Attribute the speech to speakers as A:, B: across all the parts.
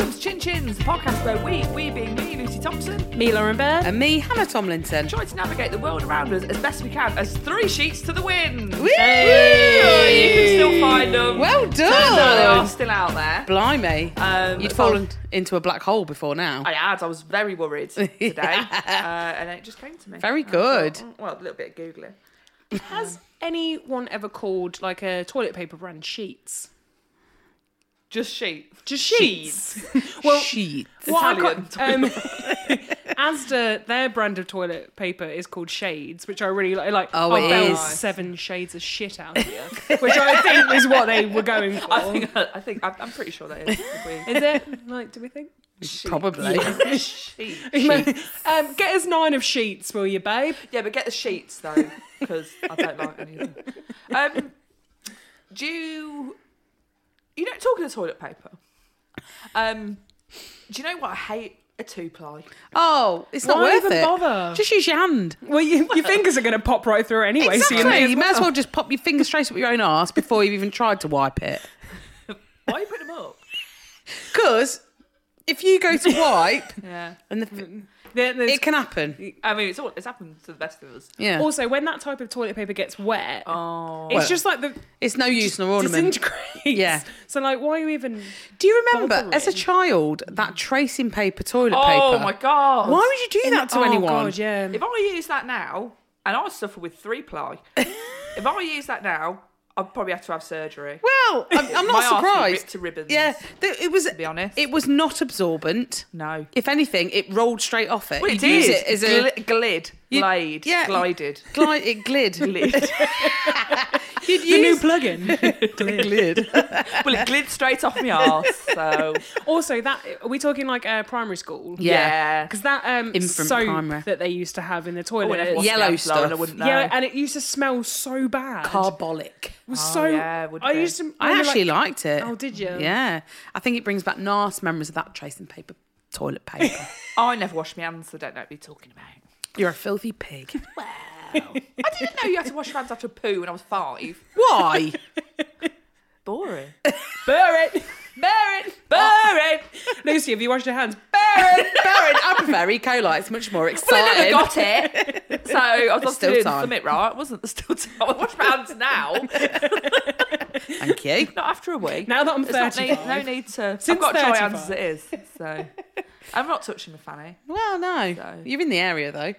A: Friends podcast where we, we being me, Lucy Thompson,
B: Me, Lauren Bird.
C: And me, Hannah Tomlinson.
A: try to navigate the world around us as best we can as three sheets to the wind.
C: Woo!
A: Hey! Oh, You can still find them.
C: Well
A: Turns out they are
C: done.
A: still out there.
C: Blimey.
A: Um,
C: You'd
A: but-
C: fallen into a black hole before now.
A: I had. I was very worried today, uh, and it just came to me.
C: Very
A: And I thought,
C: good.
A: mm, well, a little bit of googling.
B: Has anyone ever called like a toilet paper brand sheets?
A: Just sheet.
B: Just sheets. well,
C: Sheet.
B: what I
A: Italian
B: ca- um, Asda, their brand of toilet paper is called Shades, which I really like. Like,
C: Oh, it is.
B: there's seven shades of shit out here, which I think is what they were going for.
A: I think. I think. I'm, I'm pretty sure that is. the
B: Is it like? Do we think?
A: sheet.
C: Probably.
A: Yeah. sheet.
B: um, get us nine of sheets, will you, babe?
A: Yeah, but get the sheets though, because I don't like any of them. Um, do you, you don't talk of the toilet paper? Um, do you know what I hate? A two ply.
C: Oh, it's not
B: Why
C: worth
B: even
C: it.
B: bother?
C: Just use your hand.
B: Well, you, your fingers are going to pop right through anyway.
C: Exactly.
B: So you may
C: you may as well just pop your finger straight up your own arse before you've even tried to wipe it.
A: Why are you putting them up?
C: Because if you go to wipe,
A: Yeah,
C: and the,
B: There- there's-
C: it can happen.
A: I mean it's all, it's happened to the best of us.
C: Yeah.
B: Also, when that type of toilet paper gets wet,
A: Oh,
B: it's
C: Well,
B: just like the
C: it's no use nor ornament.
B: disintegrates.
C: Yeah.
B: So, like, why are you even?
C: Do you remember as a
B: bothering?
C: child that tracing paper toilet
A: oh
C: paper?
A: my god!
C: Why would you do that to
B: oh,
C: anyone?
B: God, yeah.
A: If I use that now, and I suffer with three ply, if I use that now, I'd probably have to have surgery.
C: Well, I'm, I'm
A: My
C: not
A: arse would
C: surprised.
A: rip to ribbons,
C: Yeah, th- it was.
A: be honest.
C: it was not absorbent.
A: No.
C: If anything, it rolled straight off it.
A: Well, it
C: You'd
A: did.
C: use it as a
A: Gl- glid,
C: You-
A: glide,
C: yeah, you-
A: glided,
C: glide. It glid.
A: glid.
C: You'd
B: the new
C: use
B: plug-in.
C: it glid.
A: well, it glid straight off my arse. So
B: also, that are we talking like uh, primary school?
A: yeah,
B: Because that um,
C: Infant
B: soap
C: primary.
B: that they used to have in the
A: I
B: toilet,
A: wouldn't have
B: is-
A: washed my
C: Yellow
A: hands, Lauren, I
C: stuff.
A: wouldn't know.
B: yeah, and it used to smell so bad.
C: Carbolic.
B: It was
A: Oh,
B: so.
A: yeah, it would
B: I
A: be.
B: used to.
C: I
B: remember,
C: actually
B: like,
C: liked it.
B: Oh, did you?
C: Yeah, I think it brings back nice memories of that tracing paper toilet paper.
A: I never wash my hands. so I don't know what you're talking about.
C: You're a filthy pig.
A: I didn't know you had to wash your hands after poo when I was five.
C: Why?
A: Boring.
B: Bear it, bear it, bear it. Lucy, have you washed your hands? Bear it.
C: Baron, I prefer E. coli. It's much more exciting.
A: Well, I never got it. So I was obviously
C: still
A: doing
C: time.
A: something right, wasn't there? Still time. I wash my hands now,
C: Thank you.
A: not after a week.
B: Now that I'm
A: There's not need, no
B: 35.
A: need to. I've
B: Since
A: got dry
B: 35.
A: hands as it is. So I'm not touching my fanny.
C: Well, no,
A: So-
C: you're in the area though.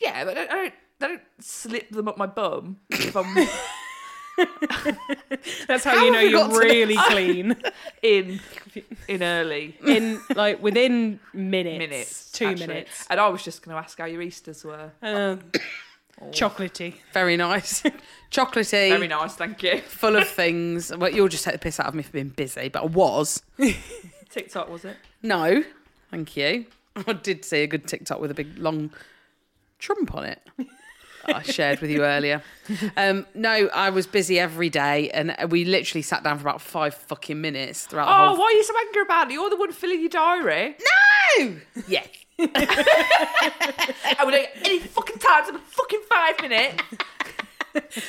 A: Yeah, but I don't, I don't, I don't slip them up my bum. If I'm
B: That's how,
C: How
B: you know
C: have we got
B: you're
C: to
B: really clean.
A: in in early
B: In like within minutes,
A: minutes,
B: two
A: actually. Oh.
B: minutes.
A: And I was just going to ask how your Easter's were.
B: Um, Chocolatey.
C: Very nice, chocolatey,
A: Very nice, thank you.
C: full of things. Well, you'll just take the piss out of me for being busy, but I was.
A: TikTok was it?
C: No, thank you. I did see a good TikTok with a big long Trump on it. that I shared with you earlier. Um, no, I was busy every day, and we literally sat down for about five fucking minutes throughout the
A: Oh,
C: whole.
A: why are you so angry about it? You're the one filling your diary.
C: No! Yeah,
A: And we don't get any fucking time to the fucking five minutes.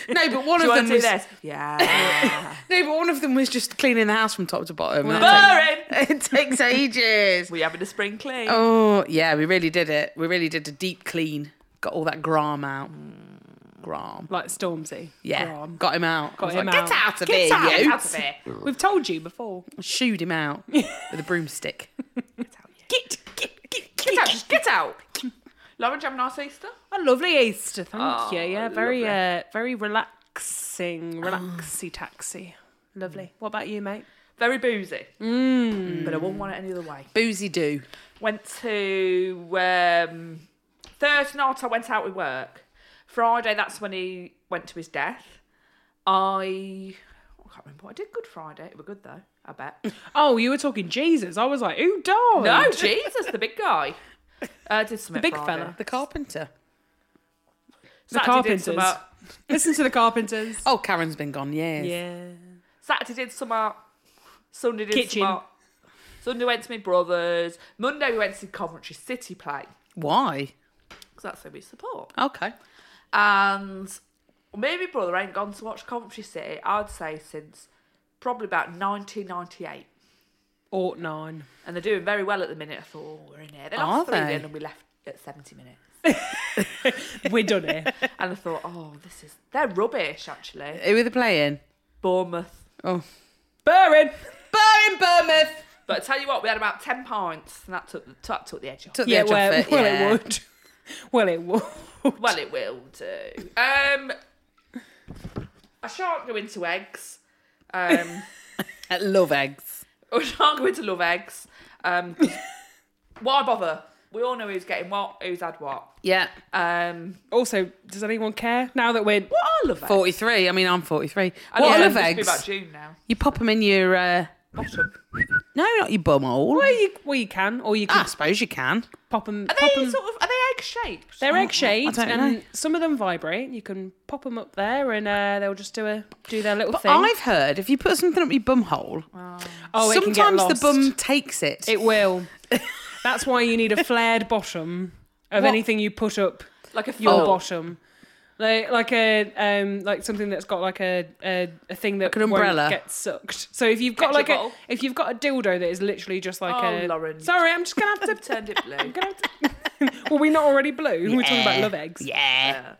C: no, but one
A: Do you want
C: of them
A: to do
C: was
A: this? Yeah.
C: no, but one of them was just cleaning the house from top to bottom. and that
A: Boring.
C: takes- it takes ages.
A: We having a spring clean.
C: Oh yeah, we really did it. We really did a deep clean. Got all that gram out. Gram.
B: Like Stormsey.
C: Yeah.
B: Go on.
C: Got him out.
B: Got
C: I was
B: him
C: like,
B: out.
C: Get out of
A: Get
C: here,
A: out,
C: you.
A: out of here.
B: We've told you before.
C: Shooed him out with a broomstick.
B: Get, get, get,
A: Get out. Just get out. Lauren, do you have a nice Easter?
B: A lovely Easter, thank
A: Oh,
B: you. Yeah, very,
A: lovely.
B: uh, very relaxing, relaxy taxi. Lovely. What about you, mate?
A: Very boozy.
B: Mm.
A: But I wouldn't want it any other way.
C: Boozy do.
A: Went to um, Thursday night. I went out with work. Friday, that's when he went to his death. I, I can't remember what I did. Good Friday. It was good though. I bet.
B: Oh, you were talking Jesus. I was like, who died?
A: no, Jesus, the big guy. Uh, did something.
B: big
A: Friday.
B: fella.
C: The carpenter.
B: The
A: Saturday did uh,
B: Carpenters.
A: something.
B: Listen to the Carpenters.
C: Oh, Karen's been gone years.
B: Yeah.
A: Saturday did some art. Sunday did
B: Kitchen.
A: some art. Sunday went to my brother's. Monday we went to Coventry City play
C: Why?
A: because that's who we support.
C: Okay.
A: And me and my brother ain't gone to watch Coventry City. I'd say since probably about 1998.
B: Ought nine.
A: and they're doing very well at the minute. I thought oh, we're in here. They
C: Are
A: lost three
C: they?
A: then, and we left at seventy minutes.
B: We're done here.
A: And I thought, oh, this is they're rubbish actually.
C: Who are they playing?
A: Bournemouth.
C: Oh,
B: Burren.
C: Burn Bournemouth.
A: But I tell you what, we had about ten pints, and that took that took the edge off.
C: Took
B: Yeah,
C: the edge
B: well,
C: off it.
B: well
C: yeah.
B: it would. Well, it would.
A: Well, it will do. Um, I shan't go into eggs. Um,
C: I love eggs.
A: I shan't go into love eggs. Um, 'cause why bother? We all know who's getting what, who's had what.
C: Yeah.
A: Um,
B: Also, does anyone care now that we're
A: what are love eggs?
C: 43. I mean, I'm 43.
A: I
C: what
A: know,
C: are
A: it
C: love
A: must be About
C: eggs?
A: June now.
C: You pop them in your. Uh,
A: Bottom.
C: no, not your bumhole.
B: well, you, well, you can, or you can
C: I suppose you can.
B: pop them.
A: Are they
B: pop 'em-
A: sort of? Are they egg shaped?
B: They're egg
C: Oh, I
B: shaped,
C: don't
B: and
C: know.
B: some of them vibrate. You can pop them up there, and uh, they'll just do a do their little
C: But
B: thing.
C: I've heard if you put something up your bumhole,
B: oh, it can
C: sometimes the
B: get lost.
C: bum takes it.
B: It will. That's why you need a flared bottom
C: What?
B: of
C: Oh.
B: anything you put up
A: Like a
B: your
A: full bottom.
B: bottom. Like like a um like something that's got like a a, a thing that
C: Like an umbrella.
B: won't get sucked. So if you've got
A: Ketchup
B: like a
A: bottle.
B: if you've got a dildo that is literally just like
A: Oh,
B: a
A: Lauren.
B: sorry, I'm just gonna have
A: I've
B: to.
A: turned it blue.
B: I'm gonna have to. Were we not already blue? We're talking about
C: Yeah.
B: love eggs.
C: Yeah.
A: Yeah.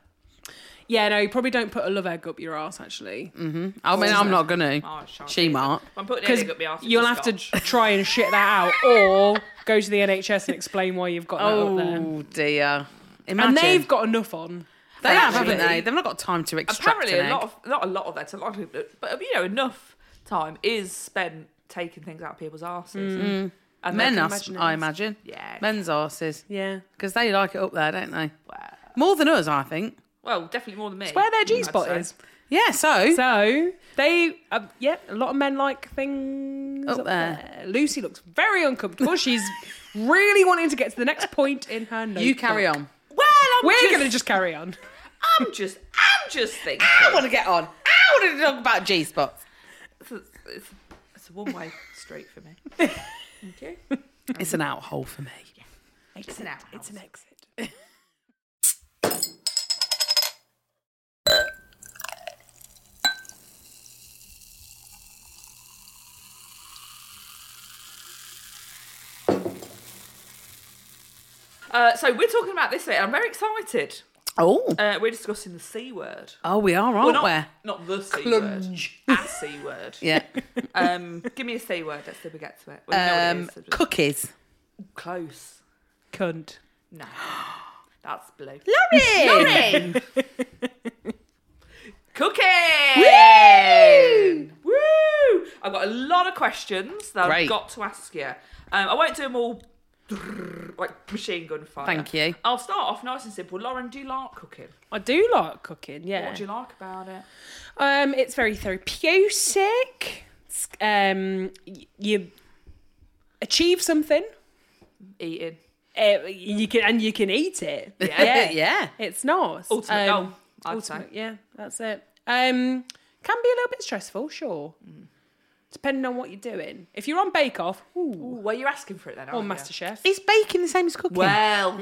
B: Yeah, no, you probably don't put a love egg up your ass actually,
C: Mm. I mean, I'm not going to.
A: Oh, I shan't
C: She
A: do that.
C: might.
A: I'm putting an
B: because
A: egg up my arse.
B: you'll have to try and shit that out, or go to the NHS and explain why you've got that up there.
C: Oh, dear. Imagine.
B: And they've got enough on.
C: They have, haven't
B: Actually.
C: they? They've not got time to extract
A: apparently
C: an
A: a lot
C: egg.
A: of not a lot of that, a lot of but, but you know enough time is spent taking things out of people's asses. And
C: Men,
A: they can
C: us- I
A: it.
C: imagine.
A: Yeah.
C: Men's arses.
B: Yeah.
C: Because they like it up there, don't they?
A: Well,
C: More than us, I think.
A: well, definitely more than me.
B: Where their
A: I'd
B: G spot
A: say.
B: is.
C: Yeah, so.
B: So they, uh, yeah, a lot of men like things
C: Up
B: up,
C: there.
B: there. Lucy looks very uncomfortable. She's really wanting to get to the next point in her notebook.
C: you carry on.
A: Well, I'm
B: We're
A: just,
B: gonna just carry on.
A: I'm just, I'm just thinking.
C: I want to get on. I want to talk about G spots.
A: It's a, it's, it's a one-way street for me. Okay.
C: It's an out hole for me.
A: It's an hour. It's an
B: exit.
A: uh, so we're talking about this bit. and I'm very excited.
C: Oh.
A: Uh, we're discussing the c word.
C: oh, we are,
A: Well,
C: aren't
A: not, not
C: we?
A: the c
C: Clunge.
A: word. A c word.
C: Yeah.
A: Um, give me a C word. Let's see if we get to it. We know
C: Um,
A: what it is.
C: cookies.
A: Close.
B: Cunt.
A: No. That's blue.
C: Lauren!
A: Cooking! Woo! I've got a lot of questions that
C: Great.
A: I've got to ask you. Um, I won't do them all like machine gun fire.
C: Thank you.
A: I'll start off nice and simple. Lauren, do you like cooking?
B: I do like cooking. Yeah.
A: What do you like about it?
B: Um, it's very therapeutic. It's, um, y- you achieve something.
A: Eating.
B: Uh, you can and you can eat it.
A: Yeah.
B: yeah.
C: yeah.
B: It's nice.
A: Ultimate
B: Um,
A: goal, I'd say.
B: ultimate, yeah, that's it. Um, can be a little bit stressful, sure. Depending on what you're doing. If you're on Bake Off, ooh,
A: Ooh, well, you're asking for it
C: Oh,
A: then,
B: or
A: aren't you?
B: MasterChef. Mm,
C: Is baking the same as cooking?
A: Well,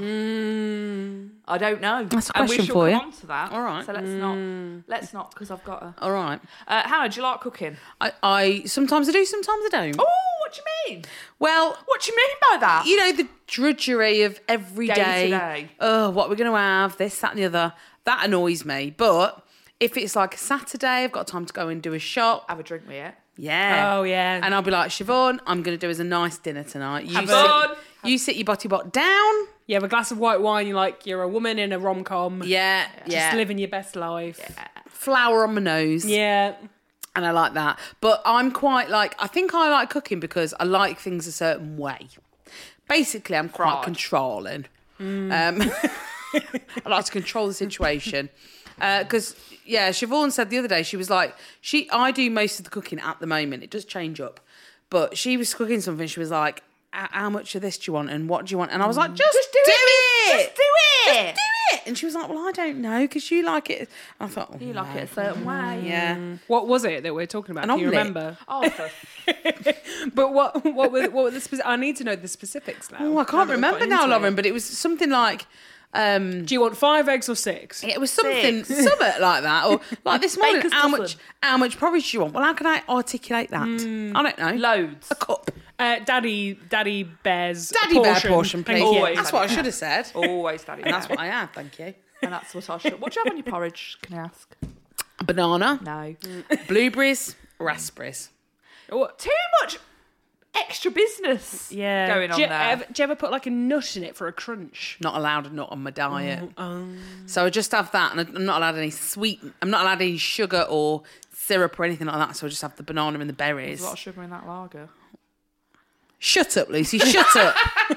A: I don't know.
C: That's a
A: and we
C: question
A: shall
C: for
A: come
C: you.
A: on to that.
C: All right. Mm.
A: So let's not. Let's not, because I've got a.
C: All right.
A: Uh, Hannah, do you like cooking?
C: I, I sometimes I do, sometimes I don't.
A: Oh, what do you mean?
C: Well,
A: What do you mean by that?
C: you know the drudgery of every day.
A: Day to day.
C: Oh, what we're going to have, this, that, and the other. That annoys me. But if it's like a Saturday, I've got time to go and do a shop.
A: Have a drink with it.
C: Yeah.
B: Oh, yeah.
C: And I'll be like Siobhan, I'm going to do us a nice dinner tonight. You
A: Have
C: sit,
A: fun.
C: you sit your body bot down.
B: You have a glass of white wine, you're like, you're a woman in a rom com,
C: Yeah.
B: just
C: Yeah.
B: living your best life.
C: Flour on my nose.
B: Yeah.
C: And I like that. But I'm quite like, I think I like cooking because I like things a certain way. Basically, I'm quite
A: Fried.
C: controlling.
A: Mm.
C: Um, I like to control the situation. Because, yeah, Siobhan said the other day, she was like, she, I do most of the cooking at the moment. It does change up. But she was cooking something. She was like, "H- how much of this do you want and what do you want? And I was
A: Mm.
C: like, just, do,
A: Just
C: it.
A: do it.
C: Just do it. And she was like, well, I don't know because you like it. And I thought, oh,
A: You like it a certain way.
C: yeah.
B: What was it that we are talking about?
C: An
B: Can you
C: omelette.
B: remember?
A: Oh, for
B: But what what were what were the specific? I need to know the specifics now.
C: Oh, I can't
B: that we've got
C: remember now,
B: into it.
C: Lauren, but it was something like um
B: Do you want five eggs or six?
C: it was something something like that. Or like this morning,
A: Baker's
C: how
A: dozen.
C: much how much porridge do you want? Well, how can I articulate that? I don't know.
A: loads.
C: Hmm. A cup.
B: Uh, daddy, daddy bears.
C: Daddy bear portion,
B: Thank
C: please.
B: you.
A: Always.
C: That's what I should have said.
A: Always daddy.
C: And that's
A: bear.
C: what I had, thank you.
A: and that's what I should. What do you have on your porridge? Can I ask?
C: Banana,
A: No.
C: blueberries, raspberries.
A: Oh, Mm. Too much extra business.
B: Yeah.
A: Going on
B: do you,
A: there.
B: Ever, do you ever put like a nut in it for a crunch?
C: Not allowed a nut on my diet.
B: Um,
C: So I just have that, and I'm not allowed any sweet, I'm not allowed any sugar or syrup or anything like that. So I just have the banana and the berries.
A: There's a lot of sugar in that lager.
C: Shut up, Lucy, shut up.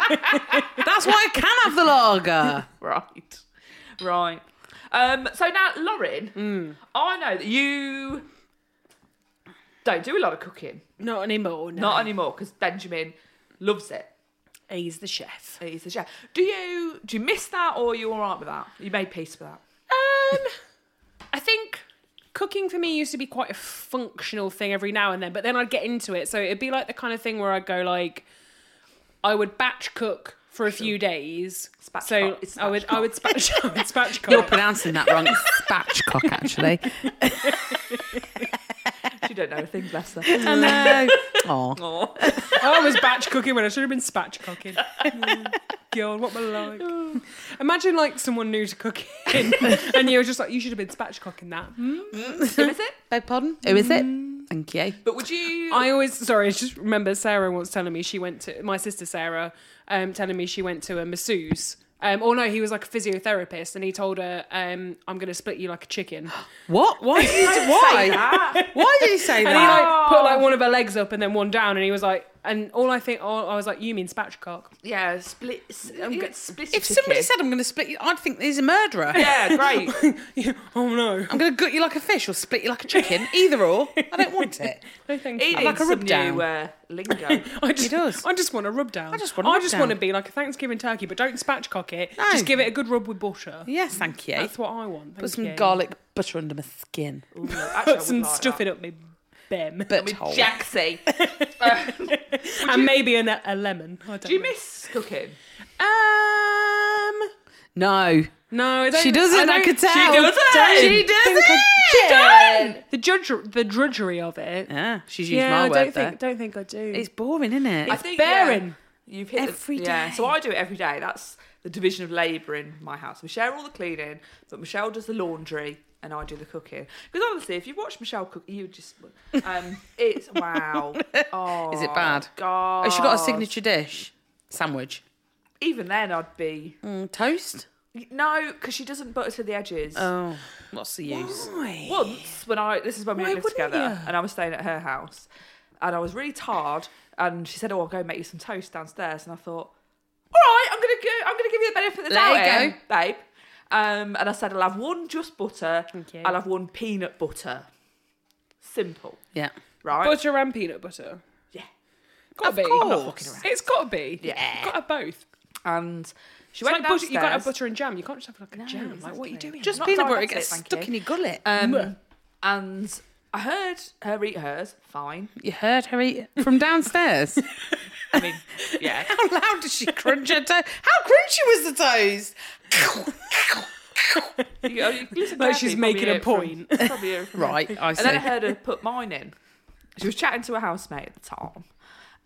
C: That's why I can have the lager.
A: Right. Right. Um, so now, Lauren, I know that you don't do a lot of cooking.
B: Not anymore. No.
A: Not anymore, because Benjamin loves it.
B: He's the chef.
A: He's the chef. Do you do you miss that, or are you all right with that? You made peace with that.
B: Um, I think cooking for me used to be quite a functional thing every now and then, but then I'd get into it. So it'd be like the kind of thing where I'd go like, I would batch cook for a few days.
A: Spatchcock.
B: So
A: It's
B: I would, I would spatch, I would spatchcock.
C: You're pronouncing that wrong. It's spatchcock, actually.
A: She don't know a thing, bless her.
C: I know. Oh,
A: Aw.
B: I was batch cooking when I should have been spatchcocking. God, what my life. Imagine like someone new to cooking and you're just like, you should have been spatchcocking that.
A: Who is it?
C: beg pardon? Who is it? Thank you.
A: But would you?
B: I always sorry, I just remember Sarah once telling me she went to my sister Sarah, um, telling me she went to a masseuse. Um, or no, he was like a physiotherapist, and he told her, um, "I'm going to split you like a chicken."
C: What? Why did you do,
A: Say
C: why?
A: that.
C: Why did you say
B: And he
C: that?
B: like put like one of her legs up and then one down, and he was like, "And all I think, all, I was like, you mean spatchcock?"
A: Yeah, split. I'm yeah, split.
C: If somebody said I'm going to split you, I'd think he's a murderer.
A: yeah, great.
B: oh no,
C: I'm going to gut you like a fish or split you like a chicken. Either or. I don't want it.
B: no thank
A: He
B: you.
A: needs
C: like a
A: some
C: rub
A: new
C: down.
A: uh, lingo.
B: I just,
C: does.
B: I just want a rub down. I
C: just want a rub down.
B: want to be like a Thanksgiving turkey, but don't spatchcock it.
C: No.
B: Just give it a good rub with butter.
C: Yes, thank you.
B: That's what I want.
C: Put
B: thank
C: some
B: you.
C: garlic butter under my skin.
A: Ooh, actually, I
B: Put some
A: would like
B: stuff
A: that.
B: it up me bem.
C: But
A: with Jaxie. Um,
B: and maybe an, a lemon. I don't
A: do you
B: know.
A: miss cooking?
B: Um,
C: No.
B: no, I don't,
C: She doesn't, I,
B: don't-
C: could tell.
B: She doesn't.
C: She doesn't.
B: She doesn't. The judge, the drudgery of it.
C: Yeah, she's used
B: Yeah,
C: my
B: I
C: word
B: don't
C: there.
B: think, don't think I do.
C: It's boring, isn't it?
A: I think
B: bearing.
A: Yeah, you've hit the-
C: Every
A: Yeah,
C: day.
A: so I do it every day. That's the division of labour in my house. We share all the cleaning, but Michelle does the laundry and I do the cooking. Because honestly, if you watch Michelle cook, you just um, it's wow. Oh,
C: Is it bad?
A: God.
C: Has she got a signature dish? Sandwich.
A: Even then, I'd be
C: Mm, toast?
A: no, because she doesn't butter to the edges.
C: Oh, what's the use?
B: Why?
A: once when I this is when we
B: Why
A: lived
B: wouldn't
A: together
B: you?
A: and I was staying at her house and I was really tired and she said, "Oh, I'll go and make you some toast downstairs." And I thought, "All right, I'm gonna go. I'm gonna give you the benefit of the
C: There
A: doubt,
C: you
A: here,
C: go.
A: babe." Um, and I said, "I'll have one just butter.
B: you.
A: I'll have one peanut butter. Simple,
C: Yeah.
A: right?
B: Butter and peanut butter.
A: yeah."
B: Got to be.
C: course. I'm not fucking around.
B: It's got to be.
A: Yeah.
B: Got to both.
A: And she
B: It's
A: went
B: like butter, you got to
A: downstairs.
B: have butter and jam. You can't just have like a jam. Like what are you
A: exactly.
B: doing?
C: Just
A: Not
C: peanut butter it
A: diabetic,
C: gets
A: thank
C: stuck
A: you.
C: in your gullet.
A: Um, and I heard her eat hers. Fine.
C: you heard her eat from downstairs.
A: I mean, yeah.
C: How loud did she crunch her toast? How crunchy was the toast?
A: You, you listen to
B: Like
A: her,
B: she's
A: you probably
B: making a
A: hear it
B: point.
A: From, probably hear it from her.
C: right, I see.
A: And then I heard her put mine in. She was chatting to a housemate at the time.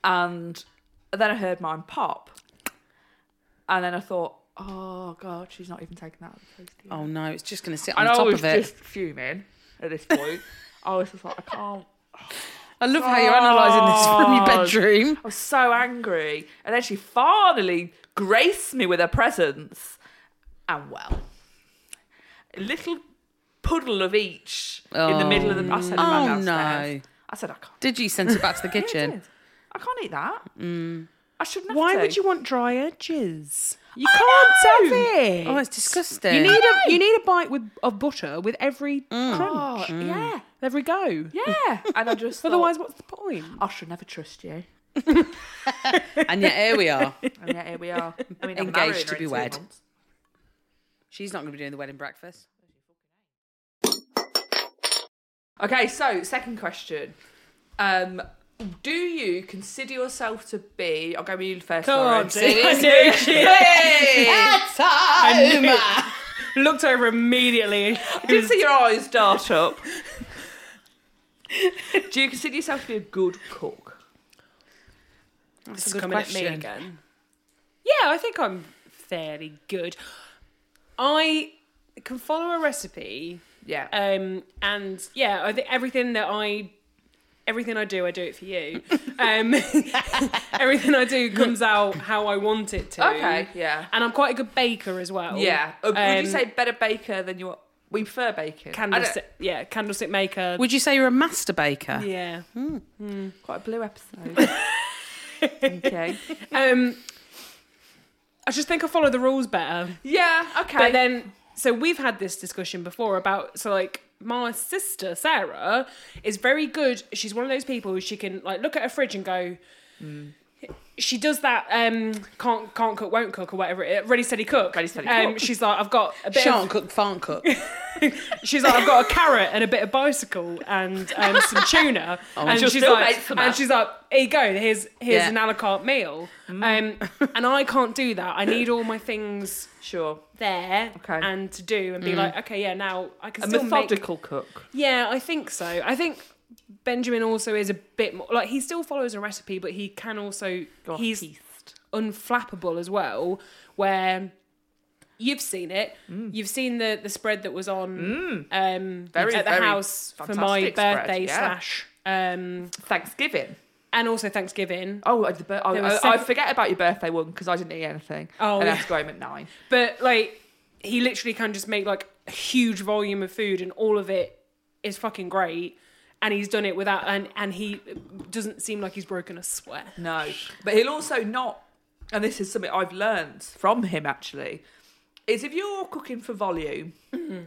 A: And then I heard mine pop. And then I thought, oh, God, she's not even taking that. Oh,
C: oh no, it's just going to sit on
A: and I
C: top
A: was
C: of it.
A: just fuming at this point. I was just like, I can't.
C: I love how you're analysing this from your bedroom.
A: I was so angry. And then she finally graced me with her presence. And well, a little puddle of each in the middle of the. I said, to my
C: Oh,
A: downstairs.
C: no.
A: I said, I can't.
C: Did you send it back to the
A: Yeah, it
C: kitchen?
A: did. I can't eat that. I shouldn't have
B: Why
A: to.
B: would you want dry edges? You
A: I
B: can't
A: know.
B: have it.
C: oh, it's disgusting.
B: You need a you need a bite with of butter with every
A: Oh,
B: crunch, Mm.
A: yeah.
B: every go.
A: Yeah. And I just.
B: Otherwise,
A: Otherwise.
B: what's the point?
A: I should never trust you.
C: and yet here we are.
A: And yet here we are. I mean, I'm
C: Engaged
A: marrying her
C: to be
A: in two
C: wed.
A: months.
C: She's not going to be doing the wedding breakfast.
A: Okay, so second question. Um, do you consider yourself to be? I'll go with you first. Lauren.
B: Looked over immediately.
A: I did see your eyes dart up. do you consider yourself to be a good cook?
C: That's
B: It's
C: a good
B: coming
C: question.
B: at me again. Yeah, I think I'm fairly good. I can follow a recipe,
A: Yeah.
B: um, and yeah, I think everything that I everything I do, I do it for you. um, everything I do comes out how I want it to.
A: okay. Yeah.
B: And I'm quite a good baker as well.
A: Yeah. Uh, would
B: Um,
A: you say better baker than your? We prefer baking. I don't-
B: candlestick? Yeah, candlestick maker.
C: Would you say you're a master baker?
B: yeah.
A: Quite a blue episode. okay.
B: Um, I just think I follow the rules better.
A: Yeah. Okay.
B: But then, so we've had this discussion before about so like my sister Sarah is very good. She's one of those people who she can like look at a fridge and go. She does that. Um, can't can't cook, won't cook, or whatever. It, ready, steady, cook.
A: Ready, steady,
B: um,
A: cook.
B: She's like, I've got a bit.
C: Shan't
B: Of,
C: cook, farn't cook.
B: she's like, I've got a carrot and a bit of bicycle and um, some tuna. and
A: Oh, she'll
B: she's
A: still
B: like,
A: make some
B: and
A: up.
B: she's like, here you go. Here's here's
C: Yeah.
B: an a la carte meal.
A: Mm.
B: Um, and I can't do that. I need all my things
A: sure.
B: there
A: Okay. Mm.
B: and to do and be like, okay, yeah, now I can
A: A
B: still make.
A: methodical cook.
B: Yeah, I think so. I think Benjamin also is a bit more like he still follows a recipe, but he can also
A: Go off
B: he's
A: piste.
B: unflappable as well. Where you've seen it,
A: Mm.
B: you've seen the the spread that was on um,
A: Very,
B: at the
A: very
B: house for my
A: fantastic spread,
B: birthday
A: yeah.
B: slash um,
A: Thanksgiving.
B: and also Thanksgiving.
A: Oh, at the bir- I,
B: There was
A: I, I
B: seven-
A: forget about your birthday one because I didn't eat anything.
B: Oh,
A: and I
B: yeah.
A: had to go home at nine.
B: But like he literally can just make like a huge volume of food and all of it is fucking great. And he's done it without and and he doesn't seem like he's broken a sweat.
A: No, but he'll also not. And this is something I've learned from him actually. Is if you're cooking for volume,
B: Mm-hmm.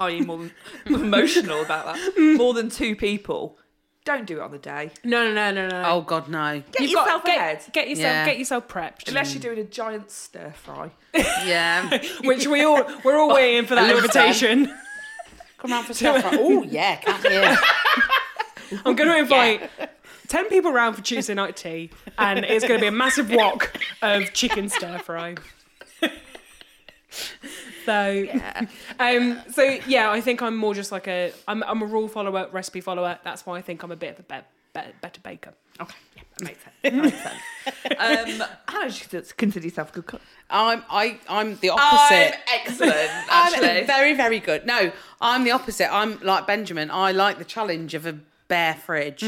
A: i.e., more than- emotional about that, more than two people, don't do it on the day.
B: No no no no no.
C: oh God, no.
A: Get
B: got-
A: yourself
B: get,
A: ahead.
B: Get yourself
C: Yeah.
B: get yourself prepped.
A: Unless you're doing a giant stir fry.
C: Yeah.
B: Which we all we're all waiting for that
C: Oh, Love that.
B: invitation.
C: Come round for stuff. oh yeah, cat here.
B: I'm gonna invite ten people round for Tuesday night tea and it's gonna be a massive wok of chicken stir fry. So um so yeah, I think I'm more just like a I'm I'm a rule follower, recipe follower. That's why I think I'm a bit of a be- be- better baker.
A: Okay, yeah, that makes sense. That makes sense. Um, how do you cons- consider yourself a good cook?
C: I'm I I'm the opposite.
A: excellent,
C: I'm very very good. No, I'm the opposite. I'm like Benjamin. I like the challenge of a bare fridge.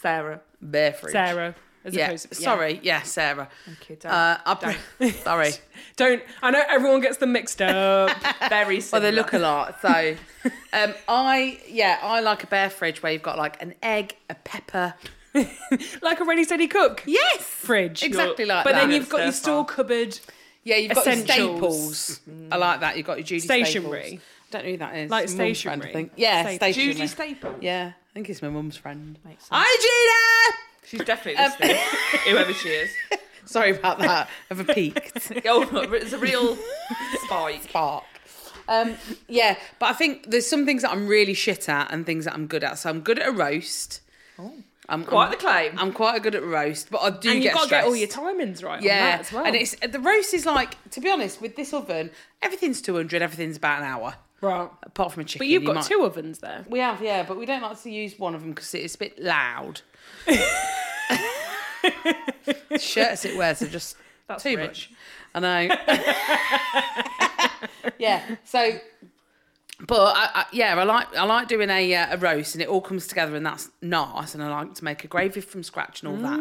A: Sarah.
C: Bare fridge.
B: Sarah as
C: Yeah.
B: opposed to yeah.
C: Sorry. Yeah, Sarah.
A: Okay, don't.
C: Uh, I pre- sorry.
B: Don't I know everyone gets them mixed up.
A: very similar.
C: Well, they look a lot. So, um, I yeah, I like a bare fridge where you've got like an egg, a pepper.
B: like a ready steady cook
C: Yes.
B: fridge.
C: Exactly like
B: but
C: that.
B: then you've got
A: Stir
B: your store cupboard
C: Yeah, you've got your
B: Essentials. Mm.
C: staples. I like that. You've got your Judy
B: Stationery.
C: Staples. I don't know who that is.
B: Like
C: Mum's friend, I
B: stationery.
C: think. Yeah,
B: Sta-
C: stationery.
A: Judy Staple.
C: Yeah, I think it's my mum's friend.
A: Makes sense.
C: Hi,
A: She's definitely listening, whoever she is.
C: Judah. Sorry about that. I've a peak.
A: Oh, it's a real spike.
C: Spark. Um, yeah, but I think there's some things that I'm really shit at and things that I'm good at. So I'm good at a roast. I'm
A: Quite
C: I'm,
A: the claim.
C: I'm quite good at roast, but I do
B: Oh. and
C: get
B: you've got to get all
C: stressed.
B: your timings right on
C: Yeah,
B: that as well.
C: and it's the roast is like to be honest with this oven, everything's 200, everything's about an hour
B: right.
C: apart from a chicken.
B: But you've
C: you
B: got
C: might-
B: two ovens there.
C: We have, yeah, but we don't like to use one of them because it's a bit loud. Shirts it wears are just
A: That's
C: too
A: rich.
C: much. I know. yeah. So, but I, I, yeah, I like I like doing a uh, a roast, and it all comes together, and that's nice. And I like to make a gravy from scratch and all that.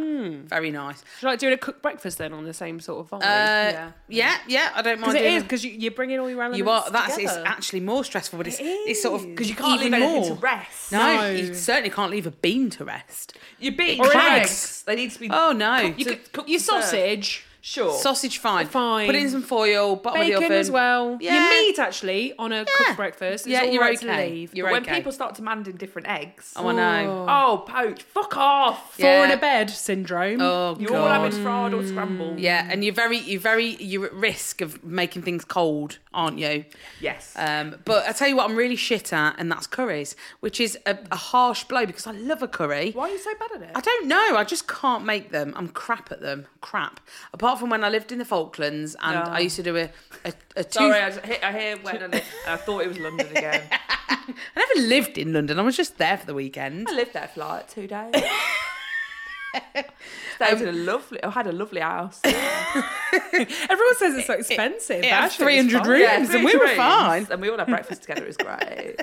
C: Very nice.
B: Should I do a cooked breakfast then on the same sort of vibe?
C: Uh, yeah. yeah, I don't mind.
B: Because it
C: doing
B: is because you, you're bringing all your elements.
C: You are. That's it's
B: together.
C: actually more stressful, but it's it's sort of
B: is.
A: Because you can't
C: even
A: leave
C: more.
A: anything to rest.
C: No,
B: No.
C: you certainly can't leave a bean to rest.
A: Your beans,
B: Or
A: or
B: eggs.
A: eggs. They need to be.
C: Oh no!
A: You
B: You
A: to
B: could
A: cook
B: your
A: and serve.
B: sausage,
A: sure.
C: Sausage, fine.
B: Fine.
C: Put it in some foil, bottom of the
B: bacon
C: oven.
B: as well.
C: Yeah.
B: Your meat actually on a
C: Yeah.
B: cooked breakfast. It's
C: Yeah,
B: all
C: you're
B: right to
C: okay.
B: leave.
C: You're
A: but when
C: okay.
A: people start demanding different eggs,
C: Oh, I know.
A: oh, poached, fuck off.
C: Yeah.
B: Four in a bed syndrome.
C: Oh
A: You're all
C: god.
A: having fried or scrambled.
C: Yeah, and you're very, you're very, you're at risk of making things cold, aren't you?
A: Yes.
C: Um, but I tell you what, I'm really shit at, and that's curries, which is a, a harsh blow because I love a curry.
A: Why are you so bad at
C: I
A: it?
C: don't know. I just can't make them. I'm crap at them. Crap. Apart from when I lived in the Falklands and
A: Oh.
C: I used to do a, a, a two.
A: Sorry, I, was- I hear- I hear when and I thought it was London again.
C: I never lived in London. I was just there for the weekend.
A: I lived there for like two days. Stayed in a lovely. I had a lovely house.
B: Everyone says it's so expensive.
C: it
B: but
C: had
B: actually it's
C: 300
B: fine.
C: rooms. Yeah, and we were
A: rooms,
C: fine.
A: and we all had breakfast together. It was great.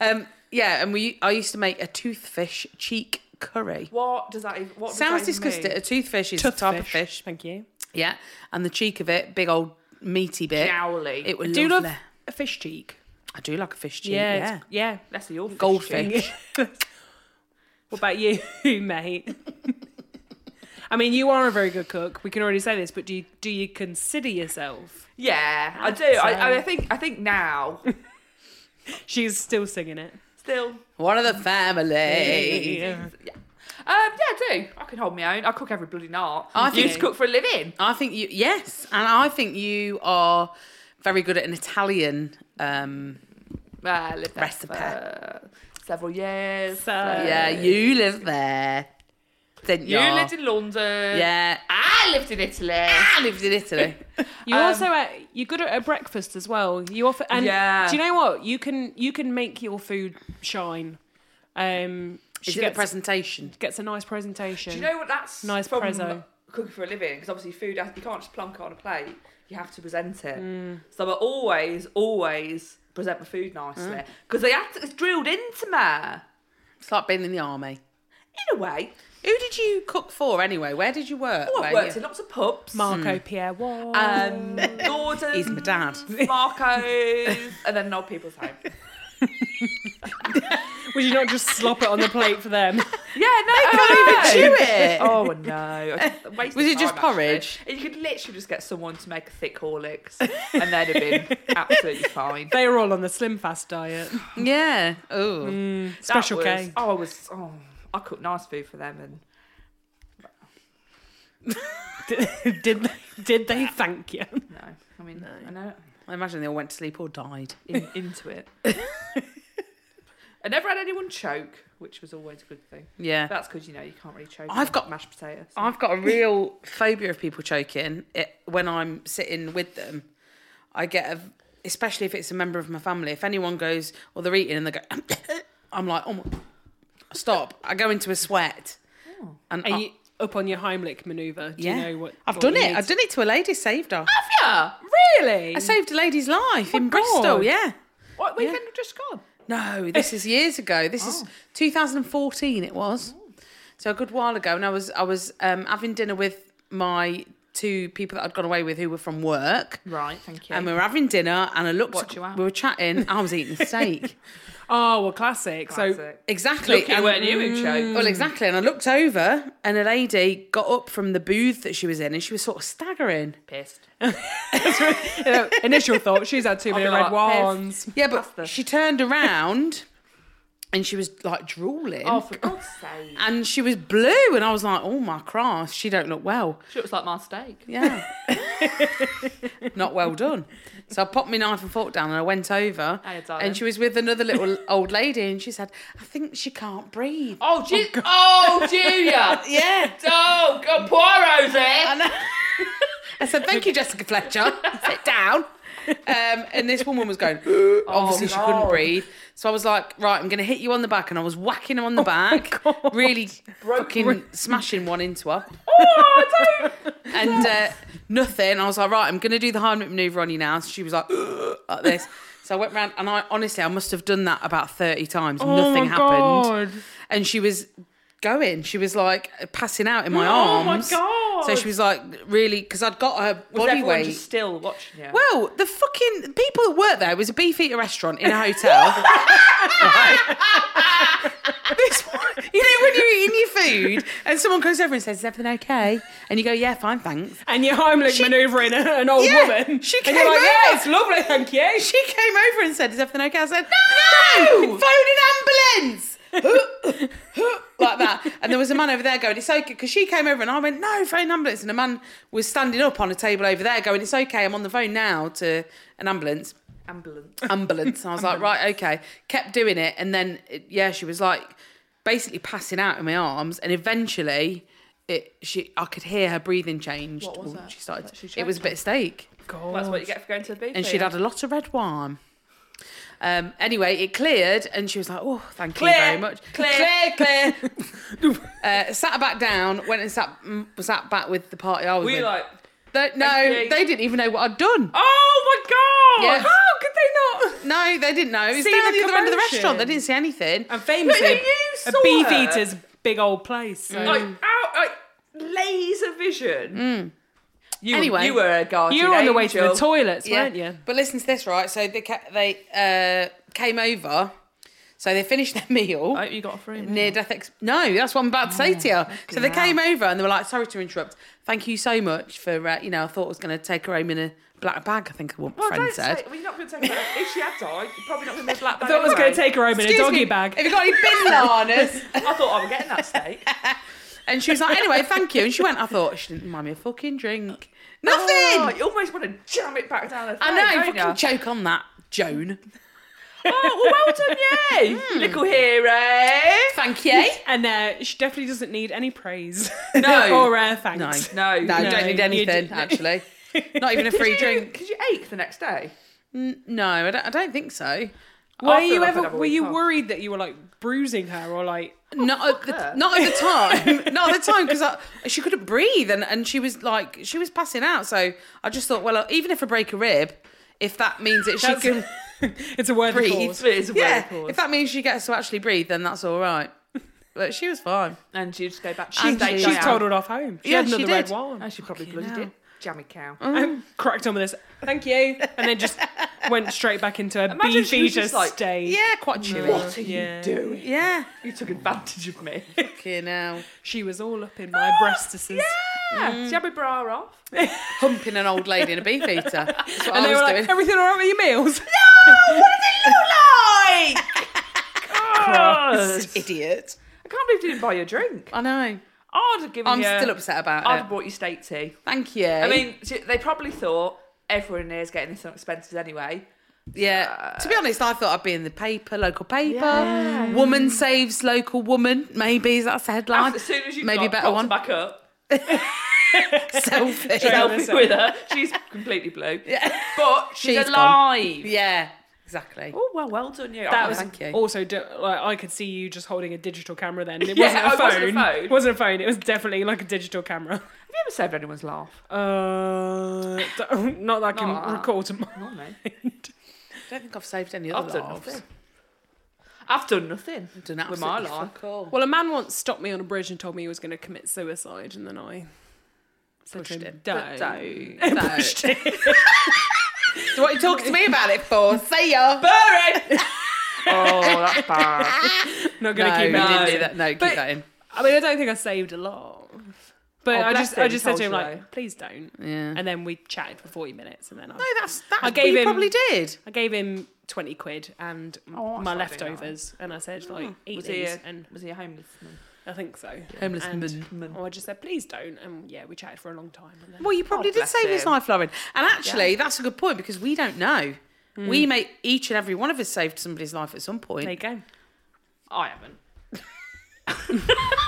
C: Um, yeah, and we I used to make a toothfish cheek curry.
A: What does that even? What does
C: Sounds
A: that even
C: disgusting. A
A: mean?
C: toothfish is
B: Tough
C: a type of fish.
B: Thank you.
C: Yeah, and the cheek of it, big old meaty bit.
A: Jowly.
C: It was
B: I
C: lovely.
B: do love a fish cheek.
C: I do like a fish cheek.
B: Yeah,
C: Yeah,
B: it's- yeah.
A: Bless you, your fish
C: goldfish.
A: cheek.
B: What about you, mate? I mean, you are a very good cook. We can already say this, but do you do you consider yourself?
A: Yeah, I do. I, I think. I think now.
B: She's still singing it.
A: Still.
C: One of the family.
B: Yeah.
A: Um, yeah, I do. I can hold my own. I cook every bloody night.
C: I
A: I
C: think-
A: used to cook for a living.
C: I think you yes, and I think you are very good at an Italian. Um,
A: Uh, lived there
C: Recipe.
A: for several years.
B: So-
C: yeah, you live there, didn't
A: You
C: ya?
A: lived in London.
C: Yeah,
A: I lived in Italy.
C: I lived in Italy.
B: You
A: Um,
B: also uh, you're good at a breakfast as well. You offer and
A: Yeah.
B: do you know what? You can you can make your food shine. Um, she
C: She did a
B: gets,
C: presentation.
B: gets a nice presentation.
A: Do you know what that's
B: Nice
A: from
B: prezzo.
A: cooking for a living? Because obviously food has- you can't just plonk it on a plate. You have to present it.
C: Mm.
A: So I always, always present my food nicely
C: Mm.
A: because they had to, it's drilled into me
C: It's like being in the army.
A: in a way.
C: Who did you cook for anyway? Where did you work?
A: Oh, I've
C: Where
A: worked
C: you-
A: in lots of pubs.
B: Marco Pierre Wall.
A: um, Gordon,
C: He's my dad.
A: Marco's, and then an old people's home.
B: Would you not just slop it on the plate for them?
A: Yeah, no,
C: Can't
A: I know.
C: even chew it.
A: Oh no! I just wasted
C: Was it just
A: time, actually.
C: porridge?
A: You could literally just get someone to make a thick Horlicks, and they'd have been absolutely fine.
B: They were all on the Slim Fast diet.
C: Yeah. Oh.
A: That
B: Special
A: was-
B: K.
A: Oh, I was. Oh, I cooked nice food for them, and
B: did did they thank you?
A: no, I mean, I know
C: I imagine they all went to sleep or died.
A: in, into it. I never had anyone choke, which was always a good thing.
C: Yeah.
A: That's because you know you can't really choke.
C: I've
A: on
C: got-
A: mashed potatoes.
C: I've got a real phobia of people choking it, when I'm sitting with them. I get a, especially if it's a member of my family. If anyone goes or they're eating and they go, I'm like, oh, my, stop! I go into a sweat. And
B: Oh. Are
C: I-
B: you up on your Heimlich maneuver? Do
C: yeah,
B: you know what?
C: I've
B: what
C: done
B: you
C: it.
B: need
C: I've done it to a lady. Saved her.
A: Have you?
B: to- Really?
C: I saved a lady's life in
B: Oh God.
C: Bristol. Yeah.
A: What weekend have just gone?
C: No, this is years ago. This
A: Oh.
C: is 2014. It was so a good while ago, and I was I was um, having dinner with my two people that I'd gone away with who were from work,
A: Right, thank you.
C: and we were having dinner, and I looked.
A: What you at?
C: we were chatting. I was eating steak.
B: Oh well, classic. So
A: Classic.
C: exactly.
A: Lucky it
C: and-
A: weren't you who choked.
C: Well, exactly. And I looked over, and a lady got up from the booth that she was in, and she was sort of staggering.
A: Pissed.
B: you know, uh, initial thought, she's had too many
A: be
B: red
A: like,
B: wands.
C: Yeah, but
A: Pasta.
C: she turned around, and she was like drooling.
A: Oh, for God's sake!
C: and she was blue, and I was like, "Oh my cross, she don't look well."
A: She looks like my steak.
C: Yeah, not well done. So I popped my knife and fork down, and I went over,
A: Hiya, darling.
C: and she was with another little old lady, and she said, "I think she can't breathe."
A: Oh, Ju- oh, Julia!
C: Yeah,
A: Oh, God, Poirot's here!
C: I said, "Thank you, Jessica Fletcher. Sit down." Um, and this woman was going. Obviously, she couldn't
A: Oh, God.
C: breathe. So I was like, "Right, I'm going to hit you on the back," and I was whacking her on the
A: Oh,
C: back, really fucking smashing one into her.
A: Oh, I don't
C: and uh, nothing. I was like, right, I'm going to do the Heimlich maneuver on you now. So she was like, like this. So I went round, and I honestly, I must have done that about 30 times.
A: Oh
B: Oh
C: nothing happened. And she was going. She was like passing out in my arms.
A: Oh my god!
C: So she was like, really, because I'd got her
A: Was
C: body
A: everyone
C: weight.
A: just still watching you?
C: Well, the fucking people that worked there it was a beef eater restaurant in a hotel. Right. this one, you know, when you're eating your food and someone goes over and says, "Is everything okay?" and you go, "Yeah, fine, thanks."
B: And you're Heimlich manoeuvring an old
C: Yeah,
B: woman.
C: she
B: and you're
C: came
B: like, yeah,
C: over.
B: it's lovely, thank you.
C: She came over and said, "Is everything okay?" I said, "No, phone an ambulance." like that, and there was a man over there going, "It's okay," because she came over and I went, "No, phone an ambulance," and a man was standing up on a table over there going, "It's okay, I'm on the phone now to an ambulance."
A: Ambulance.
C: ambulance. And I was like, right, okay. Kept doing it, and then it, yeah, she was like basically passing out in my arms, and eventually. It, she, I could hear her breathing changed.
A: What was
C: when
A: that
C: She started.
A: that she
C: it was a bit of steak,
A: oh, That's what you get for going to the beach.
C: and she'd had a lot of red wine. Um, anyway, it cleared, and she was like, "Oh, thank
A: Clear,
C: you very much."
A: clear.
C: clear. clear. uh, sat her back down. Went and sat mm, sat back with the party I was
A: We
C: with.
A: like,
C: They- no,
A: Thank you.
C: they didn't even know what I'd done.
A: oh my god!
C: Yeah.
A: How could they not?
C: No, they didn't know. It was
B: See
C: down
B: the
C: the, other end of the
B: commotion.
C: restaurant. They didn't see anything.
B: And
A: No,
B: famously,
A: you
B: a
A: saw
B: beef
A: her.
B: eater's big old place. So
A: Like, out, like laser vision.
B: you,
C: Anyway.
A: You were a guardian
B: you were on the way to
A: angel.
B: the toilets, weren't you?
C: But listen to this, right? So they ca- they uh, came over. So they finished their meal.
A: Oh,
B: I hope you got a free meal.
C: Near death. Ex- no, that's what I'm about to say to you. So they came over and they were like, "Sorry to interrupt. Thank you so much for uh, you know. I thought I was going to take her home in a black bag. I think a woman
A: Well,
C: friend
A: don't
C: said.
A: say. Well, you're not going to take her. if she had died, you're probably not going to be black.
B: I thought I was going to take her home in a
C: Excuse
B: doggy
C: me,
B: bag.
C: Have you got any bin liners?
A: I thought I was getting that steak.
C: and she was like, "Anyway, thank you." And she went. I thought she didn't mind me a fucking drink. Nothing.
A: Oh, you almost want to jam it back down her throat.
C: I know.
A: don't
C: Fucking
A: ya?
C: joke on that, Joan.
A: Oh, well, well done, yay! Little hero.
C: Thank you.
B: And uh, she definitely doesn't need any praise.
C: No.
B: or uh,
C: No,
B: thanks.
A: No,
C: no,
A: no,
C: don't need anything.
B: you didn't.
C: Actually, not even a
A: Did
C: free
A: you-
C: drink.
A: Did you ache the next day?
C: No, I don't, I don't think so.
B: Were
A: I feel
B: you
A: like I'd
B: ever?
A: have a
B: Were
A: week
B: you
C: Oh.
A: off.
B: worried that you were like bruising her or like?
C: not at the
A: her.
C: not at the time. not at the time because she couldn't breathe and and she was like she was passing out. So I just thought, well, even if I break a rib, if that means that she
B: That's-
C: can
B: It's a word.
C: breathe,
A: It is a weird
C: yeah,
A: cause.
C: if that means she gets to actually breathe, then that's all right. But she was fine.
A: And you just go back.
C: She-
A: and they
C: she's
B: She's
A: die
B: told
A: out.
B: it off home. She
C: Yeah,
B: had
C: she
B: another red
C: did.
B: wine.
A: And "Oh, she probably
C: Fucking
A: bloody
C: hell.
A: did. Jammy cow.
B: I cracked on with this. Thank you, and then just went straight back into a
A: Imagine
B: beef
A: she was
B: eater
A: just like,
B: state.
C: Yeah, quite chewy.
A: What are
B: Yeah.
A: you doing?
C: Yeah,
A: You took advantage of me.
C: okay now
B: She was all up
C: Oh,
B: in my breastises.
A: Yeah. She had my bra off.
C: humping an old lady in a beef eater. That's what
B: And
C: I
B: they
C: was
B: were like,
C: doing.
B: everything all right with your meals?
C: like,
A: Christ.
C: idiot.
A: I can't believe you didn't buy your drink.
C: I know.
A: I'd have given
C: I'm
A: you.
C: still upset about
A: I'd
C: it.
A: have bought you steak tea.
C: Thank you.
A: I mean, t- they probably thought everyone here is getting some expenses anyway.
C: Yeah. to be honest, I thought I'd be in the paper, local paper.
A: uh, Yeah.
C: Woman saves local woman. Maybe that's the headline.
A: As soon as you
C: maybe
A: got,
C: better
A: propped
C: one.
A: back up,
C: Selfish.
B: Yeah,
A: selfie
B: that's
A: with her. She's completely blue.
C: Yeah.
A: But she's,
C: She's gone.
A: alive.
C: yeah. Exactly.
A: Oh well, well done you.
B: That
A: Oh,
B: was
C: thank you.
B: also do, like I could see you just holding a digital camera then. It
A: Yeah,
B: wasn't, a
A: it
B: phone.
A: wasn't a phone.
B: It wasn't a phone. It was definitely like a digital camera.
A: Have you ever saved anyone's laugh?
B: Uh, d- not that I can
A: Not that.
B: recall to mind.
A: Not me.
C: I don't think I've saved any
A: I've
C: other
A: done
C: lives.
A: nothing. I've done nothing
C: I've done
A: with my
C: absolutely
A: life.
C: fuck all.
B: Well, a man once stopped me on a bridge and told me he was going to commit suicide, and then I said
C: Pushed
B: to him,
C: him.
B: "Don't."
A: Don't.
C: So,
B: Pushed him.
C: so what are you talking to me about it for? Say ya.
A: Burn. oh, that's bad.
B: Not going to keep it.
C: no,
A: it
C: didn't
A: in.
C: do that. No, keep
B: But-
C: that in.
B: I mean, I don't think I saved a lot, but
A: Oh,
B: I
A: bless
B: just,
A: him,
B: I just said
A: told
B: to him
A: you
B: like, "Please don't."
C: Yeah.
B: And then we chatted for forty minutes, and then I,
C: No, that's that.
B: I gave
C: you
B: him-
C: probably did.
B: I gave him twenty quid and m-
A: Oh, that's not doing
B: my
A: that.
B: leftovers, and I said like, "Eat
A: Was he
B: these,"
A: a-
B: and
A: Was he a homeless man?
B: I think so.
C: Homeless
B: And-
C: man.
A: Man.
B: Oh, I just said, "Please don't," and yeah, we chatted for a long time. And then,
C: Well, you probably
A: Oh,
C: did
A: bless
C: save his
A: him.
C: life, Lauren. And actually, that's a good point because we don't know.
A: Hmm.
C: We may each and every one of us saved somebody's life at some point.
B: there you go.
A: I haven't.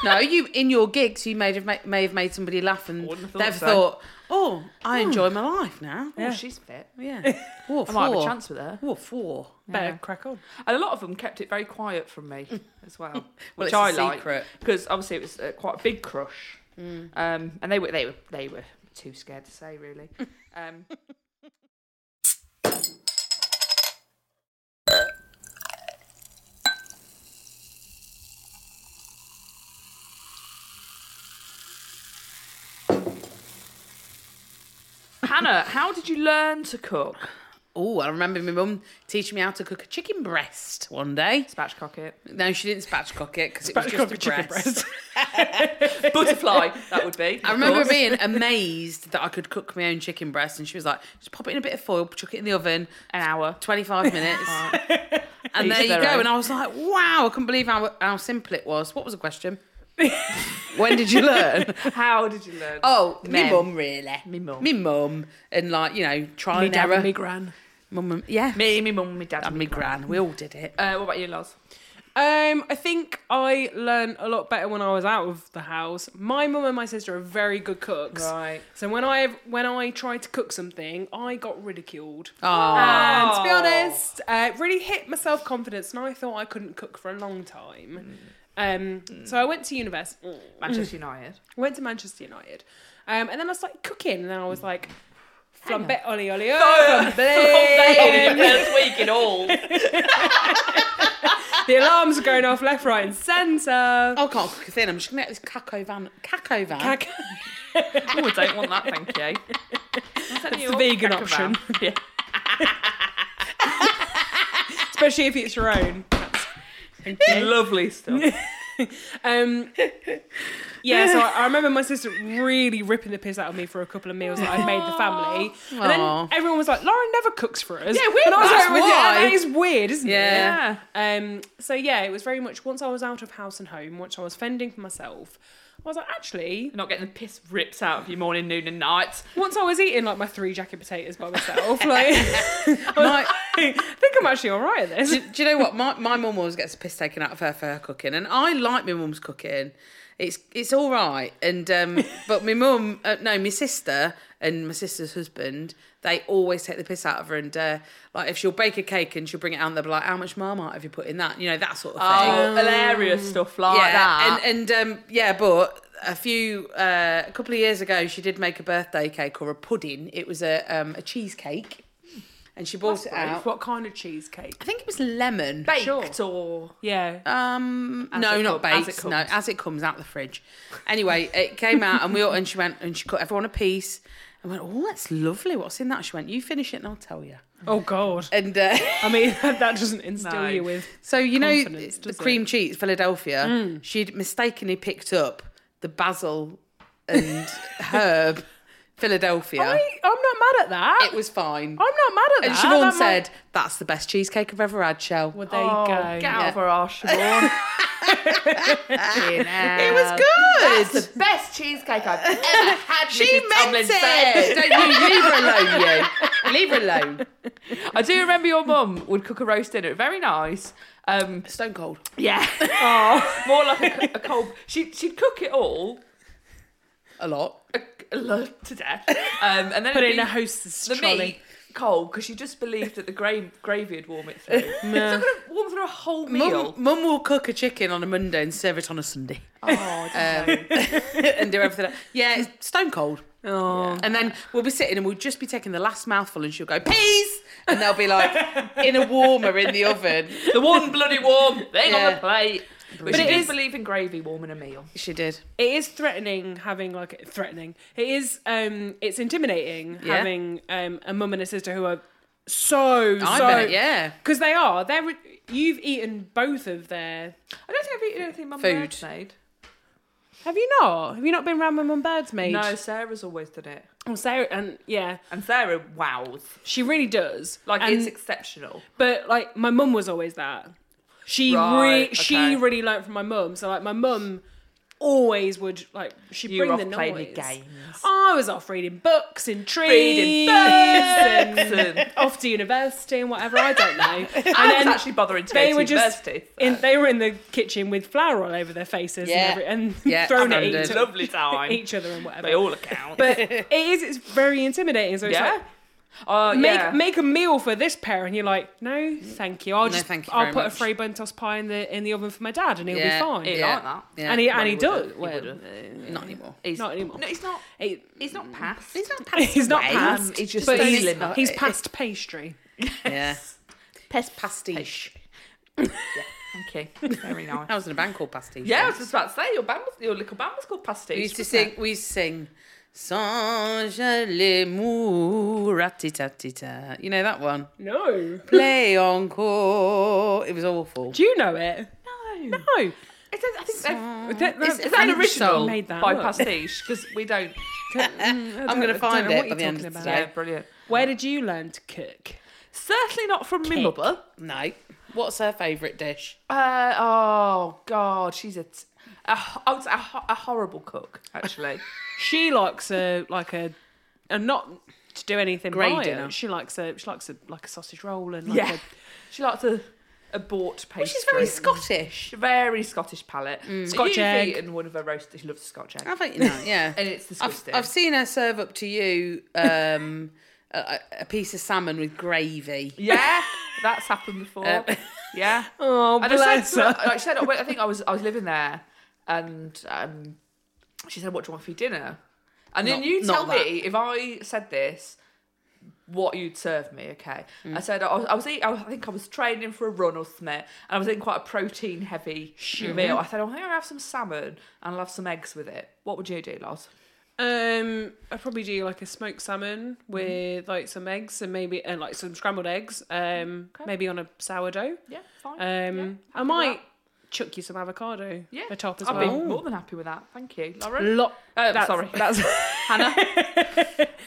C: No, you in your gigs, you may have made, may have made somebody laugh, and
A: wouldn't have thought
C: they've
A: so.
C: thought, "Oh, I enjoy my life now."
A: Oh,
B: Yeah.
A: she's fit.
C: Yeah, Or
A: I might have a
C: four.
A: chance with her.
C: Or four.
B: Better
A: Yeah.
B: crack on.
A: And a lot of them kept it very quiet from me as well, which
C: Mm. it's
A: I
C: a
A: like
C: secret. Mm.
A: because obviously it was uh, quite a big crush. Um, and they were they were they were too scared to say really. Um, Hannah, how did you learn to cook?
C: Oh, I remember my mum teaching me how to cook a chicken breast one day.
A: Spatchcock it.
C: No, she didn't spatchcock it because it was just
B: Spatchcock
C: a
B: a chicken
C: breast.
B: breast.
A: Butterfly, that would be.
C: I remember being amazed that I could cook my own chicken breast, and she was like, "Just pop it in a bit of foil, chuck it in the oven,
A: an hour.
C: 25 minutes. And
A: Each
C: there you
A: their
C: go.
A: own.
C: And I was like, wow, I couldn't believe how, how simple it was. What was the question? when did you learn?
A: How did you learn?
C: Oh, me
A: Mem.
C: mum, really.
A: Me mum.
C: Me mum. And like, you know, trial
B: Me
C: and
B: dad
C: error.
B: and me gran.
C: Mum, and- yeah.
A: Me, me mum, me dad,
C: And me gran. We all did it.
A: Uh, what about you, Loz?
B: Um, I think I learned a lot better when I was out of the house. My mum and my sister are very good cooks.
A: Right.
B: So when I when I tried to cook something, I got ridiculed.
C: Oh,
B: And to be
A: Oh.
B: honest, uh, it really hit my self confidence, and I thought I couldn't cook for a long time.
A: Mm.
B: Um, So I went to university,
A: Manchester United.
B: went to Manchester United, um, and then I started cooking, and I was like,
A: Hang on.
B: flambe, oli, oli, oh,
A: Oh,
B: flambe.
A: first week in all.
B: The alarms are going off left, right, and centre.
C: Oh, I can't cook a thing. I'm just gonna get this caco van. Caco van.
B: Cac-
A: Oh, I don't want that, thank you. That's
B: the vegan option.
A: Yeah.
B: especially if it's your own.
A: Lovely stuff.
B: Um, yeah, so I, I remember my sister really ripping the piss out of me for a couple of meals that I'd made the family, and
C: Aw.
B: then everyone was like, "Lauren never cooks for us."
A: Yeah, weird,
B: And I was
C: that's
B: like, "Well, yeah,
C: why."
B: that is weird, isn't
C: Yeah.
B: it?"
A: Yeah.
B: Um, so yeah, it was very much once I was out of house and home, once I was fending for myself, I was like, actually,
A: You're not getting the piss rips out of you morning, noon, and night.
B: once I was eating like my three jacket potatoes by myself, like,
C: My-
B: I think I'm actually all right at this.
C: do, do you know what? My my mum always gets the piss taken out of her for her cooking, and I like my mum's cooking. It's it's all right, and um, but my mum, uh, no, my sister and my sister's husband, they always take the piss out of her, and uh, like if she'll bake a cake and she'll bring it out, and they'll be like, "How much marmite have you put in that?" You know that sort of thing.
A: Oh, hilarious stuff like
C: yeah,
A: that.
C: and and um, yeah, but a few uh, a couple of years ago, she did make a birthday cake or a pudding. It was a um, a cheesecake, and she bought it out.
B: What kind of cheesecake?
C: I think it was lemon.
A: baked or
B: Yeah.
C: Um,
A: As
C: no,
A: it
C: not
A: come- as
C: baked.
A: it
C: no,
A: comes.
C: as it comes out the fridge. Anyway, it came out, and we all, and she went and she cut everyone a piece, and went, "Oh, that's lovely. What's in that?" She went, "You finish it, and I'll tell you."
B: Oh God.
C: And uh,
B: I mean, that doesn't instill
A: No.
B: you with.
C: so you know,
B: Confidence,
C: the
B: does
C: cream
B: it?
C: cheese Philadelphia. She'd mistakenly picked up the basil and herb Philadelphia.
B: I, I'm not mad at that.
C: It was fine.
B: I'm not mad at
C: and Siobhan
B: that. That might-
C: said, "That's the best cheesecake I've ever had." Shell.
B: "Well, there
A: Oh,
B: you go."
A: Get out of our arse, Siobhan.
C: It
A: it
C: was good.
A: That's the best cheesecake I've ever had.
C: She
A: Mrs.
C: meant
A: Tomlin said.
C: it. Don't you leave her alone, you. Leave her alone.
A: I do remember your mum would cook a roast dinner. Very nice. Um,
C: Stone cold.
A: yeah.
B: Oh.
A: More like a, a cold. She, she'd cook it all
C: A lot.
A: a, a lot to death. Um, and then
B: Put
A: it'd
B: it in
A: be
B: a hostess
A: the
B: trolley.
A: meat cold because she just believed that the gra- gravy would warm it through. It's not
B: Nah.
A: going to warm through a whole
C: Mum,
A: meal.
C: mum will cook a chicken on a Monday and serve it on a Sunday
A: Oh, don't know.
C: and do everything. else. Yeah, it's stone cold.
B: Oh.
C: And then we'll be sitting and we'll just be taking the last mouthful and she'll go, peas! And they'll be like in a warmer in the oven.
A: Um, the one bloody warm thing on
C: Yeah.
A: the plate. But
C: But
A: she
C: it
A: did
C: is-
A: believe in gravy warming a meal.
C: She did.
B: It is threatening having like threatening. It is um it's intimidating
C: Yeah.
B: having um a mum and a sister who are so
C: I
B: so
C: bet, yeah.
B: Because they are. They're re- you've eaten both of their
A: I don't think I've eaten anything Mum
C: Food.
A: Bird's made.
B: have you not? Have you not been round my mum Bird's maid?
A: No, Sarah's always done it.
B: Well, Sarah, and yeah,
A: And Sarah wows.
B: she really does.
A: Like,
B: and,
A: it's exceptional.
B: But like my mum was always that. She
A: Right,
B: re- she
A: okay.
B: really learned from my mum. So like my mum always would like she
A: You
B: bring
A: were off
B: the noise.
A: playing your games.
B: I was off reading books and trees,
A: Reading books
B: and
A: and-
B: off to university and whatever. I don't know. And
A: I was
B: then
A: actually bothering to
B: they
A: go
B: were
A: to
B: just
A: university. so.
B: in, they were in the kitchen with flour all over their faces
C: Yeah.
B: and, every, and
C: Yeah,
B: thrown at each
C: standard.
B: other,
A: Lovely time.
B: each other and whatever.
A: By all accounts.
B: but it is it's very intimidating. So it's
A: yeah.
B: like
A: Oh,
B: make
A: yeah.
B: make a meal for this pair and you're like no thank you i'll
C: No,
B: just
C: thank you
B: i'll
C: very
B: put
C: much.
B: a free bentos pie in the in the oven for my dad and he'll
C: Yeah,
B: be fine
A: He
C: Yeah,
A: liked that.
C: yeah.
B: and he
A: Well,
B: and
A: he
B: he,
A: would've-
B: does
A: he
B: well,
A: would've.
C: Not anymore.
A: He's,
B: Not anymore.
A: No, he's not.
B: it-
A: He's not past.
C: He's not past
B: He's not
C: away.
B: past,
A: he's just
B: but he's,
A: feeling it.
B: he's past pastry.
C: Yeah.
A: Pest
C: Pastiche.
A: Okay, very nice.
C: I was in a band called Pastiche.
A: Yeah, I was just about to say your band was, your little band was called Pastiche.
C: We used to
A: wasn't
C: sing. We used to sing. Songe les mous, ratitatita. You know that one.
B: No,
C: Play encore. It was awful.
B: do you know it?
A: it? No,
B: No,
A: It's a- I think they've-
B: Is that-
A: is, is that
B: French
A: an original
B: song made that
A: by
B: up.
A: Pastiche? Because we don't.
C: I'm going to find
B: know what
C: it by
B: you're
C: the end
B: talking
C: of
B: about.
C: today.
A: Yeah, brilliant.
B: Where did you learn to cook?
A: Certainly not from my mother.
C: No. What's her favourite dish?
A: Uh, oh God, she's a, t- a, ho- I would say a, ho- a horrible cook actually.
B: She likes a like a, and not to do anything
C: Grey
B: by
C: dinner.
B: it. She likes a she likes a like a sausage roll and like
A: yeah, she likes a, a a bought pastry.
C: Which is Oh, very Scottish.
A: Very Scottish palate.
B: Scotch
A: You've
B: egg.
A: eaten one of her roasted. She loves Scotch egg.
C: I've eaten that, yeah.
A: And it's
C: I've,
A: disgusting.
C: I've seen her serve up to you um, a, a piece of salmon with gravy.
A: yeah, that's happened before.
C: Um,
A: yeah.
B: Oh,
A: And I
B: bless
A: said,
B: her.
A: like I said, I went- I think I was I was living there, and um, she said, "What do you want for your dinner?" And then
C: Not-
A: you
C: not
A: tell
C: that.
A: me if I said this, what you'd serve me. Okay,
B: Mm.
A: I said I was, I was eating. I was- I think I was training for a run or something, and I was eating quite a protein heavy meal. I said, "I think I'll have some salmon and I'll have some eggs with it." What would you do, Loz?
B: Um, I'd probably do like a smoked salmon
A: Mm-hmm.
B: with like some eggs and maybe and like some scrambled eggs. Um,
A: Okay.
B: maybe on a sourdough.
A: Yeah, fine.
B: Um,
A: Yeah,
B: I
A: happy with
B: might
A: that.
B: chuck you some avocado.
A: Yeah,
B: for top as
A: I'd
B: well.
A: be more than happy with that. Thank you, Lauren.
B: Lot.
A: Uh,
B: that's-
A: sorry,
B: that's
A: Hannah.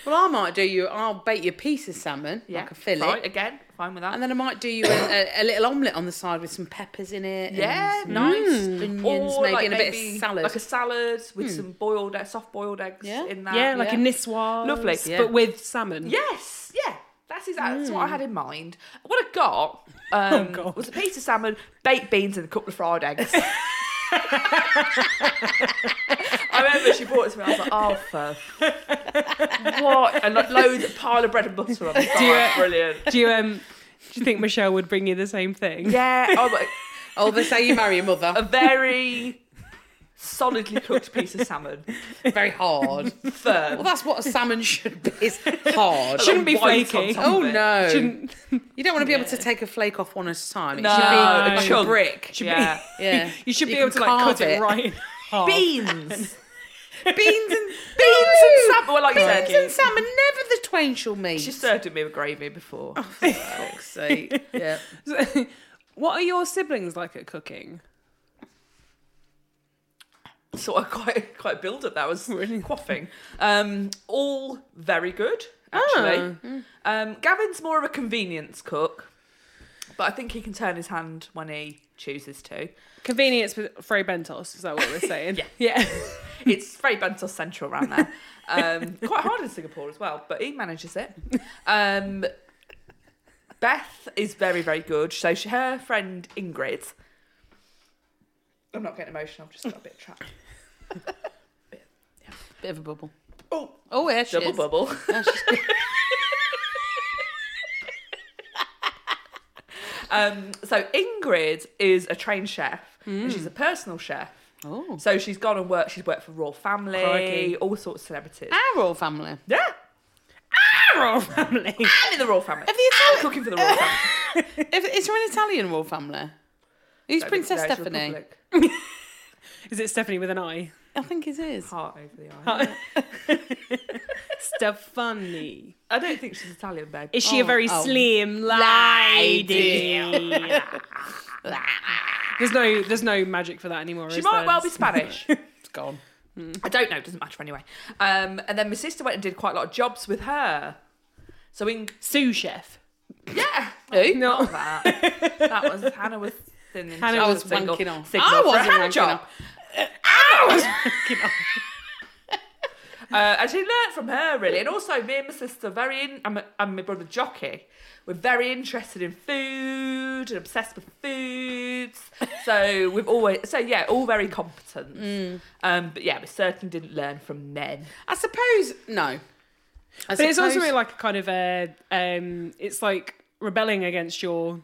C: Well, I might do you. I'll bake you a piece of salmon,
A: Yeah,
C: like a fillet,
A: Right, again, fine with that.
C: and then I might do you a, a, a little omelette on the side with some peppers in it. and
A: Yeah,
C: some
A: nice. Hmm.
C: onions, maybe,
A: like
C: and a bit
A: maybe
C: of salad. Hmm.
A: like a salad with some boiled, e- soft boiled eggs
C: Yeah.
A: in that.
B: yeah, like a niçoise.
A: Lovely.
C: Yeah.
B: but with salmon.
A: Yes, yeah. That's exactly that's
C: Hmm.
A: what I had in mind. What I got
C: Oh,
A: um,
B: God.
A: was a piece of salmon, baked beans, and a couple of fried eggs. I remember she brought it to me. I was like, "Oh, for what?" And like loads, a pile of bread and butter on the side.
B: Yeah.
A: Brilliant.
B: Do you um? Do you think Michelle would bring you the same thing?
A: Yeah. Oh, but
C: oh, they say you marry
A: a
C: your mother.
A: very solidly cooked piece of salmon,
C: Very hard.
A: firm.
C: Well, that's what a salmon should be. It's hard.
B: Shouldn't be
A: White on
B: flaky.
A: top of
C: Oh
A: it.
C: no!
B: Shouldn't-
C: You don't want to be able to take a flake off one at a time. It
A: No,
C: should be
B: a
C: like a
A: chunk.
C: brick.
B: Should be-
A: Yeah.
C: Yeah,
B: You should be
C: can
B: able to like cut
C: carve
B: it, right in half.
A: Beans.
C: Beans and
A: beans and salmon. Well, like you
C: Beans and
A: said,
C: salmon, never the twain shall meet.
A: she served it me with gravy before.
C: Oh. fuck's sake. Yeah.
B: what are your siblings like at cooking?
A: So I quite quite build up. That was
B: Really?
A: quaffing. Um, all very good
C: Ah.
A: actually.
C: Hmm.
A: Um, Gavin's more of a convenience cook, but I think he can turn his hand when he chooses to.
B: Convenience with Frey Bentos, is that what we're saying?
A: Yeah.
B: Yeah.
A: It's very Bentos central around there. Um, quite hard in Singapore as well, but he manages it. Um, Beth is very, very good. So she, her friend Ingrid. I'm not getting emotional. I've just got a bit trapped.
C: Bit of a bubble.
A: Oh,
C: Oh, yeah, she
A: double
C: is.
A: bubble.
C: Yeah, she's-
A: Um, so Ingrid is a trained chef. And
C: Hmm.
A: she's a personal chef.
C: oh.
A: So she's gone and worked. She's worked for Raw Family,
B: Crikey.
A: all sorts of celebrities.
C: Our royal family.
A: yeah,
B: Royal family.
A: I'm in the Raw Family.
C: Ah. Have the
A: I'm cooking for the Raw Family.
C: If, is there an Italian royal family? Who's Princess Stephanie?
B: Is it Stephanie with an I?
C: I think it is.
A: Heart over the eye.
B: Stephanie.
A: I don't think she's Italian, babe.
B: Is she a
C: Oh,
B: very
C: oh.
B: slim lady? there's no there's no magic for that anymore.
A: She
B: is
A: might
B: there?
A: well be Spanish.
C: It's gone.
A: I don't know. It doesn't matter anyway. Um, and then my sister went and did quite a lot of jobs with her. So in
B: sous chef.
A: yeah,
C: Who?
A: not
B: No.
A: that. That was Hannah was. thinning
B: Hannah
A: to a
C: was
A: single
C: wanking off.
A: signal
C: I
A: for a
C: wasn't
A: Hannah
C: wanking
A: job.
C: off.
A: Uh, and she learnt from her really, and also me and my sister very in, and, my, and my brother Jockey, we're very interested in food and obsessed with foods. So we've always so yeah, all very competent. Um, but yeah, we certainly didn't learn from men.
C: I suppose, no. I
B: But it's also really like a kind of a um it's like rebelling against your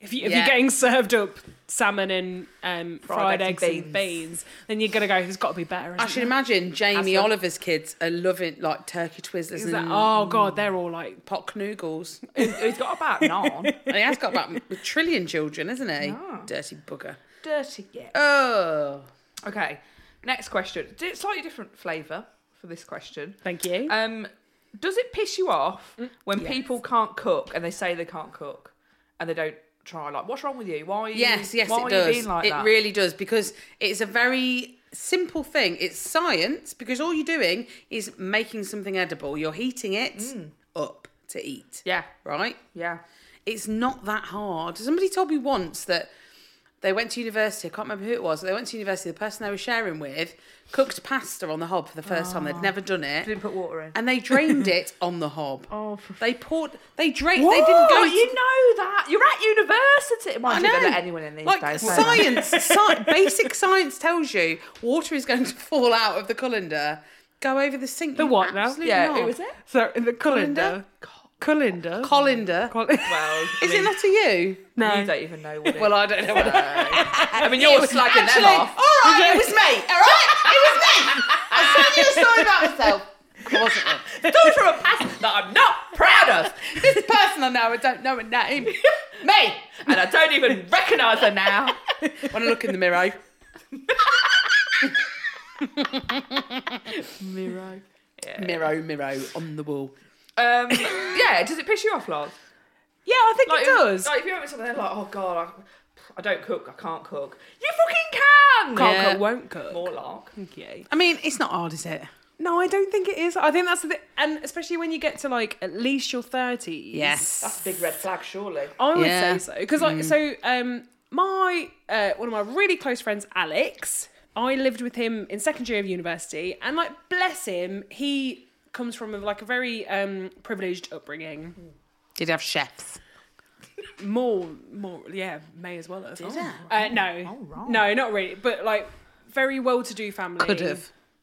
B: if you if
C: Yeah.
B: you're getting served up salmon and um fried,
A: Fried eggs
B: eggs and
A: and mm.
B: beans. then you're gonna go, there's gotta be better.
C: I
B: isn't
C: should
B: there?"
C: imagine Jamie
A: Hassle.
C: Oliver's kids are loving like turkey twizzlers
B: Is that-
C: and
B: oh god, they're all like
C: pot noodles.
A: He's got about nine.
C: and he has got about a trillion children, isn't he?
A: Ah.
C: Dirty bugger.
A: Dirty yet.
C: Oh.
A: Okay, next question. Di- Slightly different flavour for this question.
B: Thank you.
A: Um, does it piss you off when
C: Mm, yes.
A: people can't cook and they say they can't cook and they don't try? Like, what's wrong with you? Why? Are you,
C: Yes, yes,
A: why
C: it
A: are
C: does.
A: You being like
C: it
A: that?
C: really does because it's a very simple thing. It's science because all you're doing is making something edible. You're heating it up to eat,
A: Mm. Yeah,
C: right?
A: yeah.
C: It's not that hard. Somebody told me once that They went to university. I can't remember who it was. They went to university. The person they were sharing with cooked pasta on the hob for the first time. They'd never done it,
A: Ah. Didn't put water in.
C: and they drained it on the hob.
A: Oh, for
C: They poured. They drained.
A: What?
C: They didn't go.
A: You
C: to-
A: know that you're at university. Mind you, they let anyone in these
C: like
A: days. don't they?
C: science, sci- basic science tells you water is going to fall out of the colander. Go over the sink.
B: The
C: you
B: what now?
C: absolute
A: Yeah,
C: knob.
A: who was it?
B: So in the colander, colander,
C: Colander.
B: Col-
A: Well,
C: is it not to you?
A: No, you
B: no.
A: don't even know what. It
C: Well, I don't know. What
A: I mean, you're slagging
C: Actually,
A: them off.
C: all right, it was me. All right, it was me. I told you a story about myself. It wasn't me.
A: Those from a past that I'm not proud of,
C: This person I know, I don't know a name. Me.
A: and I don't even recognise her now.
C: When I look in the mirror,
A: Miro.
C: mirror, mirror on the wall.
A: Um, yeah, does it piss you off, Lars?
B: Yeah, I think
A: Like, if-
B: it does.
A: Like, if you're having something, they're like, oh god, I, I don't cook, I can't cook. You fucking can.
B: Can't
C: Yeah.
B: cook, won't cook.
A: uh, More lark.
B: Okay.
C: I mean, it's not hard, is it?
B: No, I don't think it is. I think that's the and especially when you get to like at least your thirties.
A: That's a big red flag, surely.
B: I would
C: Yeah. Mm.
B: say so because like so um my uh, one of my really close friends Alex I lived with him in second year of university and like bless him he comes from like a very um privileged upbringing
C: Did have chefs.
B: more more yeah may as well have
C: ya?
B: uh,
C: Oh,
B: no no not really but like very well to do family
C: Could have.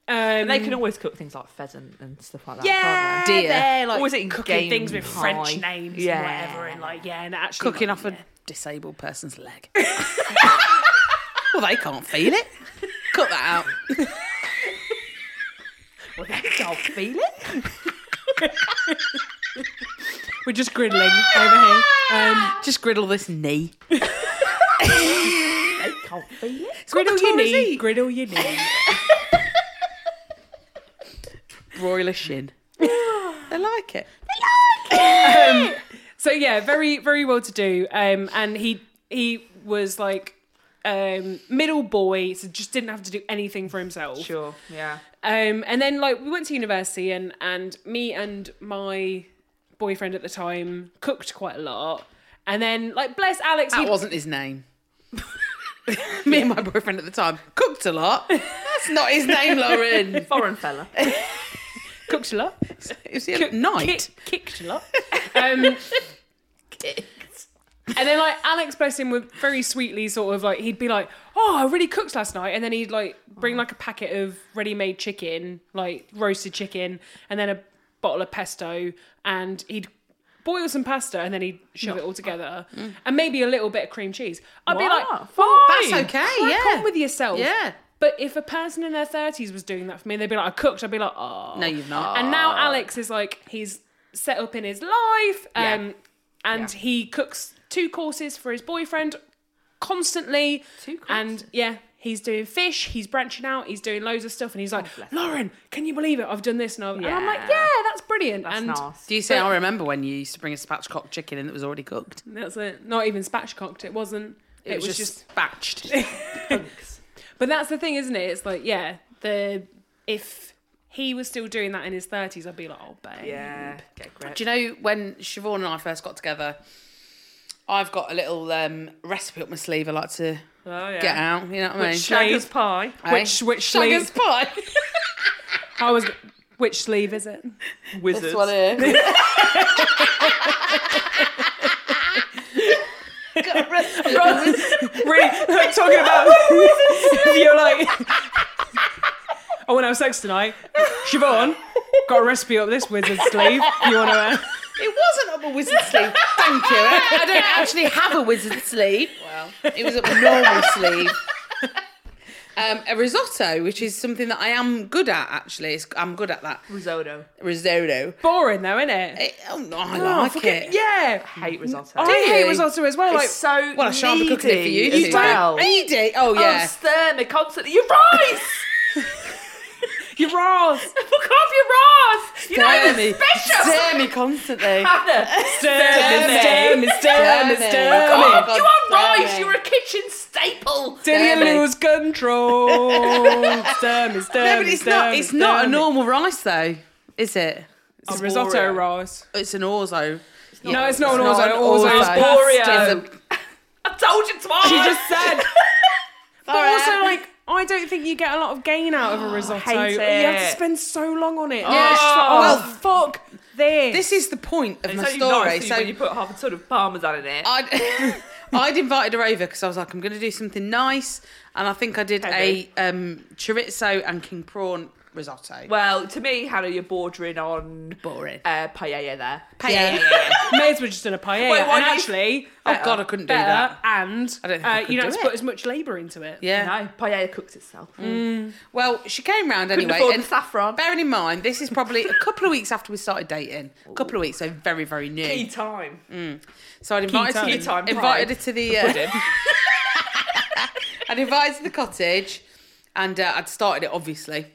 B: um,
A: And they can always cook things like pheasant and stuff like that.
B: yeah,
A: can't
C: Deer.
B: they're like
A: Always eating
B: cooking
A: game
B: things with
A: pie.
B: French names
A: Yeah.
B: and whatever, and like yeah, and actually
C: Cooking
B: like,
C: off a
B: yeah.
C: disabled person's leg. well, they can't feel it. Cut that out.
A: Well, they can't feel it.
B: We're just griddling over here. Um,
C: Just griddle this knee.
A: They can't feel it.
B: griddle your
C: time is
B: knee.
C: it?
B: Griddle your knee.
C: Broiler shin. they like it.
B: um, so yeah, very very well to do. Um, and he he was like um middle boy, so just didn't have to do anything for himself.
A: Sure. Yeah.
B: Um, and then like we went to university, and and me and my boyfriend at the time cooked quite a lot. And then like bless Alex,
C: That
B: he-
C: wasn't his name. Me and my boyfriend at the time cooked a lot. That's not his name, Lauren.
A: Foreign fella.
B: cooked a lot,
C: It was the other night.
B: Kick- kicked a lot. Um, And then like Alex bless him would very sweetly sort of like he'd be like, Oh, I really cooked last night and then he'd like
C: Oh.
B: bring like a packet of ready made chicken, like roasted chicken, and then a bottle of pesto and he'd boil some pasta and then he'd shove it all together. And maybe a little bit of cream cheese. I'd be like,
A: Wow,
B: fine,
C: Mm. That's okay,
B: crack
C: yeah.
B: on with yourself.
C: Yeah.
B: But if a person in their thirties was doing that for me, they'd be like, I cooked, I'd be like, Oh
C: No, you've not.
B: and now Alex is like he's set up in his life, um,
A: Yeah.
B: and
A: Yeah.
B: he cooks two courses for his boyfriend constantly.
A: Two courses?
B: and yeah, he's doing fish. He's branching out. He's doing loads of stuff, and he's like,
A: Oh, bless him.
B: Lauren, can you believe it? I've done this, and, I've, and I'm like,
A: Yeah.
B: yeah, that's brilliant.
A: That's
B: and
A: nice.
C: Do you say I remember when you used to bring a spatchcock chicken in that was already cooked?
B: that's it. Not even spatchcocked. It wasn't. It, was, just
C: spatched.
B: But that's the thing, isn't it? It's like, yeah, the if he was still doing that in his thirties, I'd be like, oh, babe.
A: Yeah. Get great.
C: Do you know when Siobhan and I first got together? I've got a little um, recipe up my sleeve I like to
A: Oh, yeah.
C: get out. You know what I mean?
B: Which
A: Shagger's pie.
C: Eh?
B: Which which
C: Shagger's
B: sleeve?
C: pie.
B: I was. Which sleeve is it?
A: Wizards.
C: This one here. Got a recipe.
B: really like, talking about if you're like oh when I have sex tonight Siobhan got a recipe up this wizard sleeve you want to uh,
C: It wasn't up a wizard sleeve. Thank you. I I don't actually have a wizard sleeve. Well, it was up a normal sleeve. Um, a risotto, which is something that I am good at, actually. It's, I'm good at that.
A: Risotto.
C: Risotto.
B: boring though isn't it
C: It, oh, no, I
B: Oh,
C: like
B: forget-
C: it.
B: yeah
A: I hate risotto.
B: I hate
C: you?
B: risotto as well like
A: it's so
C: Mm-hmm. Oh, Well, I shan't be cooking it for you.
A: needy
C: two.
A: as well.
C: Need it. Oh,
A: Yeah.
C: yeah.
A: They're constantly. Your rice!
B: your rolls
A: Fuck off your rice! You know,
C: Stir
A: it's
C: me.
A: special!
C: Stir me constantly.
A: Hannah,
B: Dermy, dermy, dermy,
C: Dermy.
B: dermy.
C: Oh, God,
A: Oh, you are
C: damn
A: rice.
C: it.
A: You're a kitchen staple.
B: Did you
C: Dermy.
B: lose control? Dermy,
C: No, but
B: dermy,
C: it's not.
B: dermy,
C: It's not a
B: dermy.
C: normal rice, though, is it?
B: It's risotto rice.
C: It's an orzo.
B: No, it's not an
C: It's not
B: orzo.
C: an
B: Orzo is
C: orzo.
B: pasta.
A: Oreo.
C: It's a-
A: I I told you twice.
B: She just said. but
C: Sorry.
B: also, like, I don't think you get a lot of gain out of a risotto.
A: hate
B: You have to
A: it.
B: spend so long on it.
C: Yeah.
B: It's just like, oh,
C: Well,
B: fuck this.
C: This is the point of
A: It's
C: my
A: only
C: story.
A: nice
C: So
A: when you put half a ton of parmesan in it.
C: I'd, I'd invited her over because I was like, I'm going to do something nice, and I think I did
A: Heavy.
C: a um, chorizo and king prawn risotto.
A: well, to me, Hannah, you're bordering on
C: Boring.
A: uh, paella there.
C: Yeah.
B: May as well just done a paella.
A: Wait, why
B: and
A: do you-
B: actually,
C: Oh, God, I couldn't do
B: better,
C: that.
B: And
C: I don't think
B: uh,
C: I could
B: you don't
C: do
B: have to put
C: it.
B: as much labour into it.
C: Yeah.
A: No, paella cooks itself.
C: Well, she came round
A: Couldn't
C: anyway.
A: afford
C: And
A: the saffron.
C: bearing in mind, this is probably a couple of weeks after we started dating. A couple of weeks, so very, very new.
A: Key time.
C: So I'd invited,
B: time.
C: her-
B: Key
A: time,
C: invited
A: pride.
C: her to the. Uh, I'd invited her to the cottage, and uh, I'd started it obviously.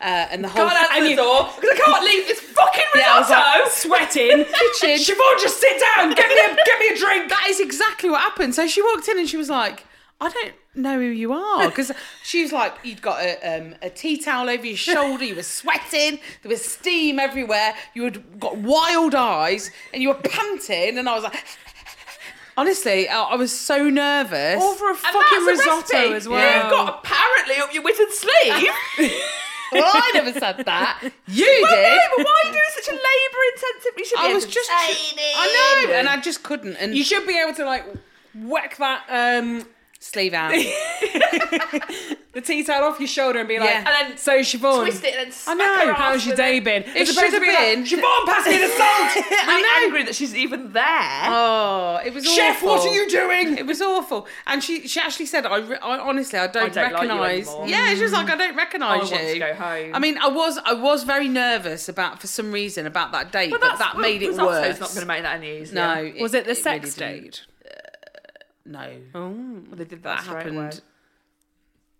C: Uh, and the whole
A: Can't answer
B: And
A: the
B: you-
A: door because I can't leave this fucking
C: Yeah, I
A: risotto.
C: was like,
B: Sweating.
C: kitchen.
B: Siobhan, just sit down. Get me a, get me a drink.
C: That is exactly what happened. So she walked in and she was like, I don't know who you are. Because she was like, you'd got a, um, a tea towel over your shoulder, you were sweating, there was steam everywhere, you had got wild eyes, and you were panting. And I was like, honestly, I, I was so nervous.
B: All for a fucking
A: that's a
B: risotto
A: recipe.
B: as well.
A: You've got apparently up your wit and sleeve.
C: well, I never said that. You
A: No,
C: did.
A: but why do such a labour intensive? You should be
C: I
A: able
C: was
A: to
C: just,
A: say this.
C: I know, and I just couldn't. And
B: You should be able to like whack that um
C: sleeve out.
B: the tea towel off your shoulder and be like,
C: Yeah.
A: And then
B: so Siobhan.
A: twist it and then
B: I
A: smack her
B: know.
A: ass
B: How's your
A: with it.
B: day been? It's
C: should have been-
B: Like, Siobhan, pass me the salt.
A: really angry that she's even there.
C: Oh, it was
B: Chef,
C: awful.
B: what are you doing?
C: It was awful. And she she actually said, I, re- I honestly, I don't,
A: I don't like you
C: recognise.
A: anymore.
C: yeah, she was like, I don't
A: I
C: recognise
A: want
C: you.
A: to go home.
C: I mean, I was I was very nervous about for some reason about that date, but,
A: that's-
C: that
A: well,
C: made it
A: risotto's
C: worse.
A: not going to make that any easier.
C: no,
B: Was it the
C: really
B: sex
C: didn't.
B: date?
C: No,
A: Oh, Well, they did
C: that
A: that, straight away.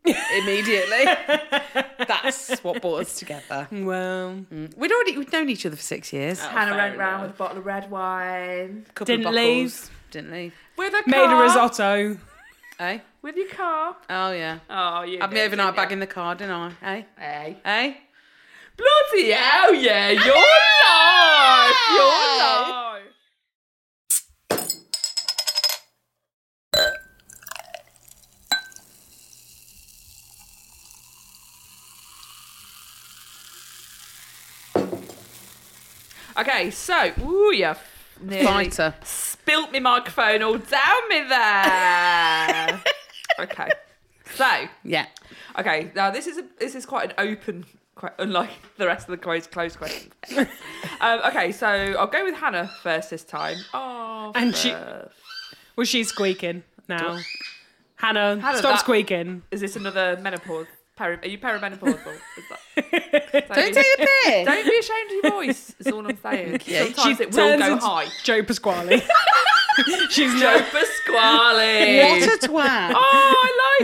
C: happened immediately. That's what brought us together.
B: Well,
A: Mm.
C: We'd already we'd known each other for six years.
A: Hannah
B: fair
A: went round
B: enough.
A: with a bottle of red wine.
C: Couple of
B: Didn't
C: buckles.
B: leave.
C: Didn't leave.
A: With a
B: made a
A: car.
B: risotto.
C: Eh?
A: With your car.
C: Oh yeah.
A: Oh, you.
C: Had me
A: did,
C: overnight
A: didn't
C: bag in the car, didn't I? Hey,
A: you? Hey.
C: hey.
A: Bloody hell, yeah. Your life. Your life. Okay, so, ooh, yeah.
C: Fighter.
A: spilt me microphone all down me there. okay. So,
C: Yeah.
A: okay, now this is a, this is quite an open que- unlike the rest of the closed closed question. um, okay, so I'll go with Hannah first this time. Oh,
B: And she-
A: for-
B: Was she squeaking now? Hannah,
A: Hannah,
B: stop
A: that-
B: squeaking.
A: is this another menopause? Peri- are you perimenopausal? Is that-
C: Don't take the piss.
A: don't be ashamed of your voice. It's all I'm saying. Sometimes it will
B: turns
A: go
B: into
A: high.
B: Joe Pasquale. She's
A: Joe
B: no.
A: Pasquale.
C: What a twat.
A: Oh,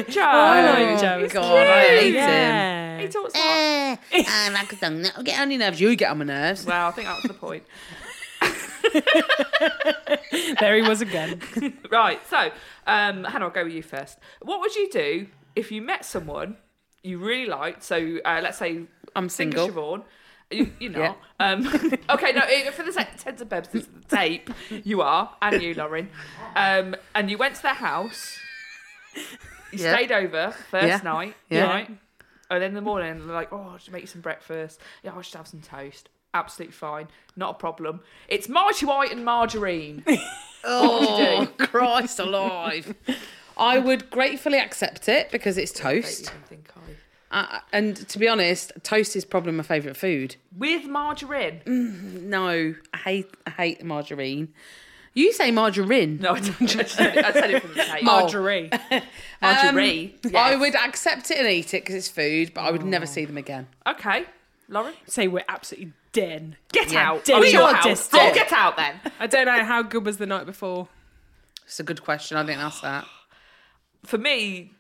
A: I like Joe.
B: I like
C: Oh,
B: Joe.
C: God, I hate him.
A: He talks a lot.
C: Eh, I like a song that'll get on your nerves. You get on my nerves.
A: Well, I think that's the point.
B: There he was again.
A: Right, so um, Hannah, I'll go with you first. What would you do if you met someone you really liked? So uh, let's say
C: I'm
A: single
C: single.
A: Siobhan. You, you're not. Um, okay, no, it- for the sake tens of purposes of the tape, you are, and you, Lauren. Um, and you went to their house. You
C: Yeah.
A: stayed over first
C: Yeah.
A: night,
C: Yeah.
A: right? And then in the morning, they're like, oh, should make you some breakfast. Yeah, I should have some toast. Absolutely fine. Not a problem. It's Marty White and margarine.
C: Oh, Christ alive. I would gratefully accept it because it's
A: Don't
C: toast.
A: even think I-
C: Uh, and to be honest, toast is probably my favourite food.
A: With margarine.
C: No, I hate, I hate margarine. You say margarine.
A: No, I don't. I said it, I said it from the tape.
B: Marjorie.
A: Margarine.
C: Um, I
A: yes.
C: would accept it and eat it because it's food, but I would never see them again.
A: Oh, Okay, Lauren,
B: Say we're absolutely dead.
A: get
C: Yeah.
A: out.
B: Dead
A: I'm in your
B: short
A: house.
B: distance.
A: Oh, get out then.
B: I don't know how good was the night before.
C: It's a good question. I didn't ask that.
A: For me,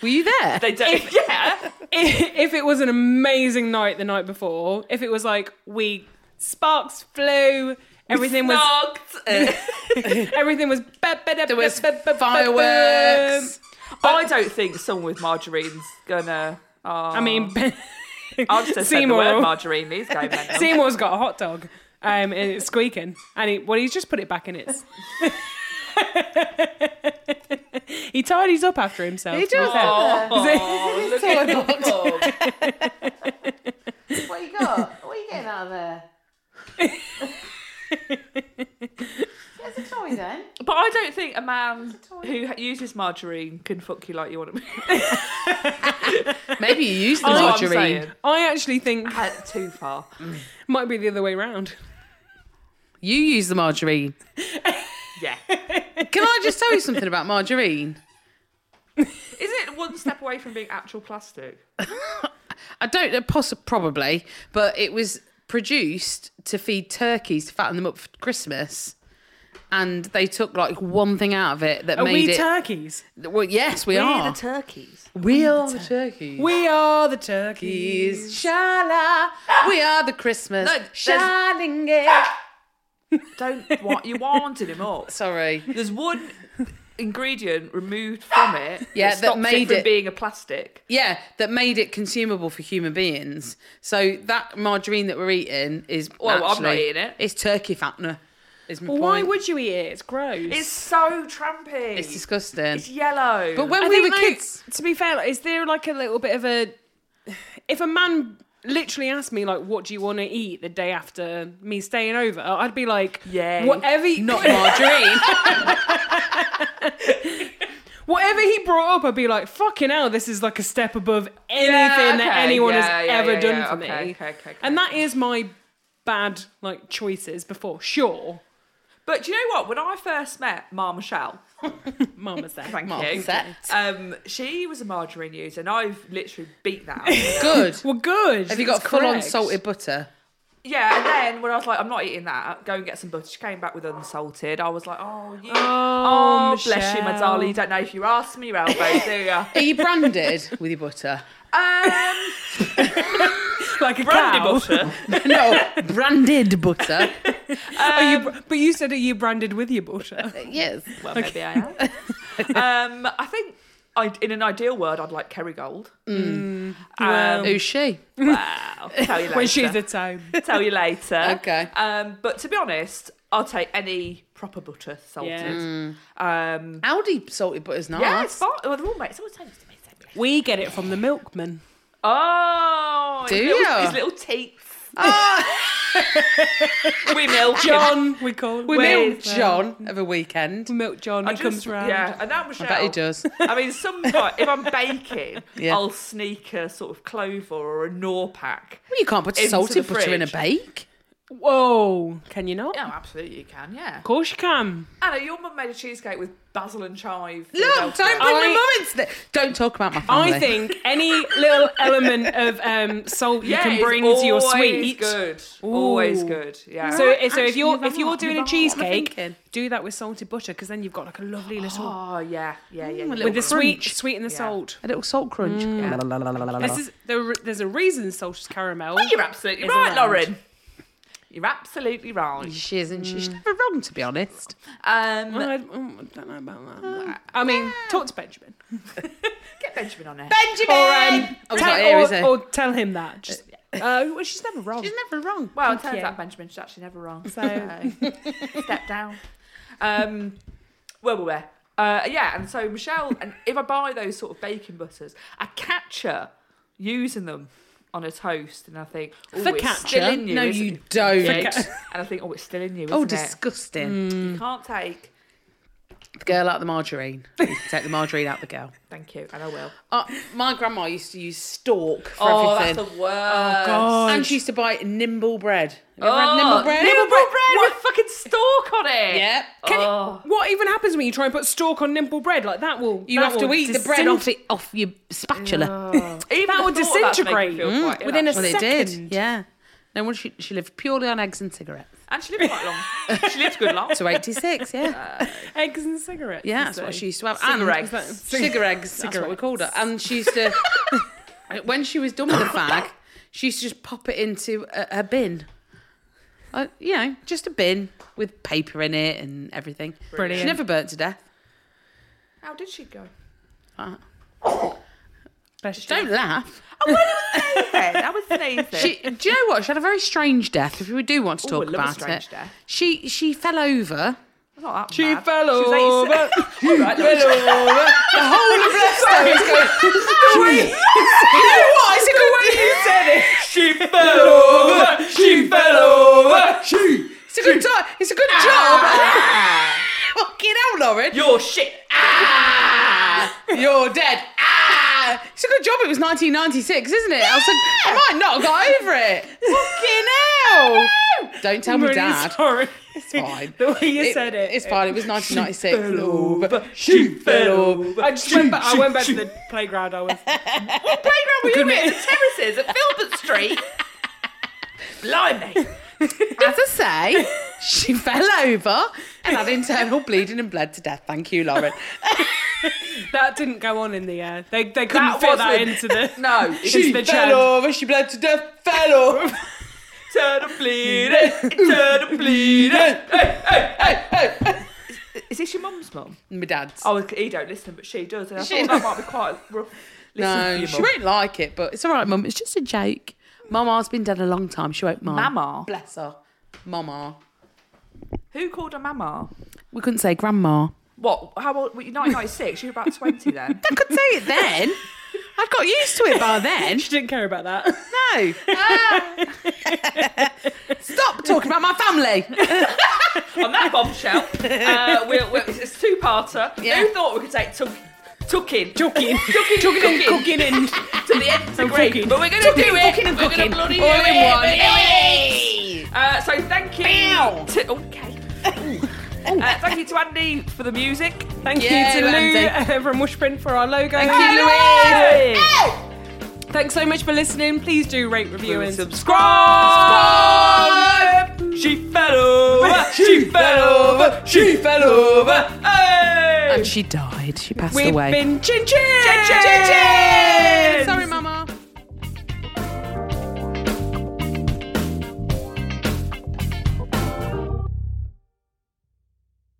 C: Were you there?
A: they don't. yeah,
B: If, if it was an amazing night the night before, if it was like we sparks flew, everything was
A: Snogged.
B: everything was
C: There was fireworks.
A: I don't think someone with margarine's gonna. Oh,
B: I mean,
A: I've just said the
B: Seymour.
A: word margarine. These guys. mental.
B: Seymour's got a hot dog. Um, and it's squeaking, and he, well, he's just put it back in its. he tidies up after himself.
C: He
B: to be
C: does.
B: fair.
A: Oh, look at
C: Toy
A: him. Oh.
C: What you got? What are you getting out of there? There's a toy then.
A: But I don't think a man who uses margarine can fuck you like you want to be.
C: Maybe you use the
A: That's what Oh, I'm
C: margarine.
A: saying.
B: I actually think
A: Uh, too far.
B: might be the other way around.
C: You use the margarine.
A: Yeah.
C: Can I just tell you something about margarine?
A: Is it one step away from being actual plastic?
C: I don't know, poss- probably, but it was produced to feed turkeys to fatten them up for Christmas. And they took like one thing out of it that
B: Are
C: made
B: we
C: it.
B: turkeys?
C: well, yes, we are.
A: turkeys.
C: we are the turkeys.
B: We are the turkeys.
C: Shala, we are the Christmas
A: No, there's-
C: shining it.
A: Don't want you wanted him up.
C: Sorry.
A: There's one ingredient removed from it.
C: Yeah,
A: that,
C: that
A: stopped
C: made
A: it from
C: it-
A: being a plastic.
C: Yeah, that made it consumable for human beings. So that margarine that we're eating is
A: Well, I'm not
C: naturally-
A: eating it.
C: It's turkey fattener. Is my
B: Well, why
C: point.
B: would you eat it? It's gross.
A: It's so trampy.
C: It's disgusting.
A: It's yellow.
C: but when
B: I
C: we were
B: think, like,
C: kids,
B: To be fair, like, is there like a little bit of a? If a man literally asked me like, "What do you want to eat the day after me staying over?" I'd be like,
A: Yay.
B: whatever." He,
C: not margarine.
B: whatever he brought up, I'd be like, "Fucking hell, this is like a step above anything that
A: okay,
B: anyone
A: yeah,
B: has
A: yeah,
B: ever
A: yeah,
B: done
A: yeah,
B: for
A: okay,
B: me."
A: okay, okay, okay.
B: And that is my bad like choices before. Sure,
A: but do you know what? When I first met Ma Michelle,
B: mum was there.
A: thank
C: Mark
A: you.
C: said.
A: Um, she was a margarine user, and I've literally beat that. out of her.
C: Good.
B: Well, good.
C: Have you got
B: that's
C: full on
B: correct.
C: salted butter?
A: Yeah, and then when I was like, I'm not eating that, go and get some butter. She came back with unsalted. I was like, oh, you,
B: Oh,
A: bless you, my
B: Michelle.
A: darling. You don't know if you're asking me around, babe, do you?
C: Are you branded with your butter?
A: Um,
B: like a
A: brandy
B: cow?
A: butter.
C: No, branded butter.
B: Are
A: Um,
B: you, br- but you said, "Are you branded with your butter?"
C: Yes.
A: Well, maybe I am. um, I think I, in an ideal world, I'd like Kerrygold. Um,
C: Who's she?
A: wow. Tell you later.
B: when she's at home.
A: Tell you later.
C: Okay.
A: Um, but to be honest, I'll take any proper butter salted.
B: Yeah.
A: Um,
C: Aldi salted butter's nice.
A: yeah, it's fine. Well, they're all mates. Always tends to me. so-
B: We get it from the milkman.
A: Oh,
C: Do
A: his little,
C: ya?
A: his little teeth. we milk him.
B: John, we call him.
C: We
A: Where
C: milk
A: is
C: John of a weekend.
B: We milk John.
A: I
B: He comes
A: just-
B: round.
A: Yeah, and that Michelle.
C: I bet he does.
A: I mean, some if I'm baking,
C: Yeah.
A: I'll sneak a sort of clover or a gnaw pack.
C: Well, you can't put
A: Into
C: salted
A: the
C: butter in a
A: fridge.
C: bake.
B: Whoa, can oh, you not?
A: Yeah, absolutely, you can. Yeah,
B: Of course you can.
A: Anna, your mum made a cheesecake with basil and chive. Oh,
C: Look, don't bring my
B: I-
C: mum into this. Don't talk about my family.
B: I think any little element of um, salt you can bring to your sweet.
A: Good, always
B: Ooh.
A: good. Yeah.
B: So, if- so
C: Actually,
B: if you're
C: you're
B: if you're
C: right,
B: doing
C: you're
B: a
C: right.
B: cheesecake,
C: I'm thinking.
B: do that with salted butter because then you've got like a lovely little
A: oh yeah, yeah, yeah. yeah.
C: little
B: with the sweet,
C: crunch.
B: sweet and the
A: Yeah.
B: salt.
C: a little salt crunch.
B: This is there, there's a reason salted caramel.
A: Oh, You're absolutely
B: Is
A: right,
B: around.
A: Lauren. You're absolutely right.
C: She isn't. She's never wrong, to be honest.
A: Um,
B: Well, I, mm, I don't know about that. I mean, talk to Benjamin.
A: get Benjamin on there.
C: Benjamin.
B: Or, um,
C: oh, he's
B: tell,
C: not here,
B: or,
C: is he?
B: or tell him that. Just, uh, well, she's never wrong.
C: she's never wrong.
A: Well, it
B: Thank
A: turns
B: you.
A: out Benjamin's actually never wrong. So
B: So-
A: step down. Um, where were we? Uh, yeah, and so Michelle, and if I buy those sort of baking butters, I catch her using them on a toast, and I think, oh, it's
B: Focaccia?
A: still in you.
C: no,
A: isn't
C: you
A: it?
C: don't.
A: And I think, oh, it's still in you. Isn't
C: Oh,
A: it?
C: disgusting.
A: You can't take.
C: The girl out the margarine. Take the margarine out the girl.
A: Thank you, and I will. Oh,
C: Uh, my grandma used to use stalk for everything. Oh,
A: the worst.
B: God.
C: and she used to buy nimble bread. Have you ever had
A: Oh,
C: nimble bread?
A: nimble bread
C: What?
A: with fucking stalk on it.
C: Yeah.
B: Can it-
A: Oh.
B: what even happens when you try and put stalk on nimble bread? Like that will
C: You
B: that
C: have to
B: will
C: eat the bread
B: disin-
C: off it off your spatula.
A: Even
B: That
A: the
B: would
A: thought of that's making me
B: disintegrate
A: feel quite ill,
B: within a
A: actually.
C: Well, they did.
B: Second.
C: Yeah. No wonder she, she lived purely on eggs and cigarettes.
A: And she lived quite long. She lived a good life.
C: To 86, yeah.
B: eggs and cigarettes.
C: Yeah,
B: you
C: that's what
B: say.
C: she used to have.
A: Cigarettes.
C: And cigarettes. That's what we called her. And she used to, when she was done with the fag, she used to just pop it into a, a bin. Uh, you know, just a bin with paper in it and everything.
B: Brilliant.
C: She never burnt to death.
A: How did she go?
B: Best
C: Don't laugh.
A: That was sneezing.
C: She, do you know what? She had a very strange death. If we do want to
A: Ooh, I
C: talk
A: love a
C: about
A: strange
C: it,
A: death.
C: she she fell over
A: It's not that
B: She
A: bad.
B: fell
A: She was
B: over.
A: 86.
C: The whole of Leicester is going. She- you know what? It's a good way you said it.
B: She fell over. She fell over.
C: She. It's a good job. It's a good
B: Ah.
C: job. Fucking hell, Lauren.
A: You're Ah! shit. Ah!
C: You're dead. Ah! It's a good job it was 1996, isn't it? I was like, I might not have got over it. Fucking hell. Don't tell
B: I'm
C: me,
B: really
C: Dad.
B: sorry.
C: It's fine.
B: The way you said it.
C: It's fine. It was 1996.
B: fell
C: Love.
B: over.
C: She fell over.
B: I just went back. I went back to the playground. I was.
A: What playground were you at?
B: Goodness.
A: The terraces at Filbert Street? Blimey.
C: As I say, she fell over and had internal bleeding and bled to death. Thank you, Lauren.
B: That didn't go on in the air. They they couldn't
A: That
B: fit that
A: wasn't-
B: into the.
A: No.
C: She fell
B: the chant.
C: over. She bled to death. Fell over.
A: Eternal bleeding. Eternal bleeding. Is this your mum's mum?
C: My dad's.
A: Oh, he don't listen, but she does. And I
C: She-
A: thought that might be quite rough.
C: no,
A: Listen
C: she won't like it, but it's all right, Mum. It's just a joke. Mama's been dead a long time. She won't mind.
A: Mama?
C: Bless her. Mama.
A: Who called her mama?
C: We couldn't say grandma.
A: What? How old? Were you 1996? You're about 20 then.
C: I could say it then. I'd got used to it by then.
B: She didn't care about that.
C: No. Stop talking about my family.
A: On that bombshell, uh, we're, we're, it's a two-parter.
C: Yeah.
A: Who thought we could take tuck, tucking
B: Joking.
A: Tucking, tucking,
B: Cooking and
A: to the end
B: And
A: degree?
B: cooking.
A: But we're going to do
C: Tucking,
A: it.
C: cooking and
A: we're
C: cooking.
A: to bloody
C: All
A: do
C: in
A: it.
C: one.
A: We're doing it. Uh, so thank you.
C: Bow.
A: To, oh, okay. Uh, thank you to Andy for the music.
B: thank
C: Yeah,
B: you to Lou
C: Andy.
B: uh, from Washprint for our logo.
C: you, Louise.
A: Hey.
B: Thanks so much for listening. Please do rate, review, and
A: subscribe. She fell over. She fell over. She fell over. Hey.
C: And she died. She passed
B: We've
C: away.
B: been chin chin.
A: Chin chin.
C: Sorry,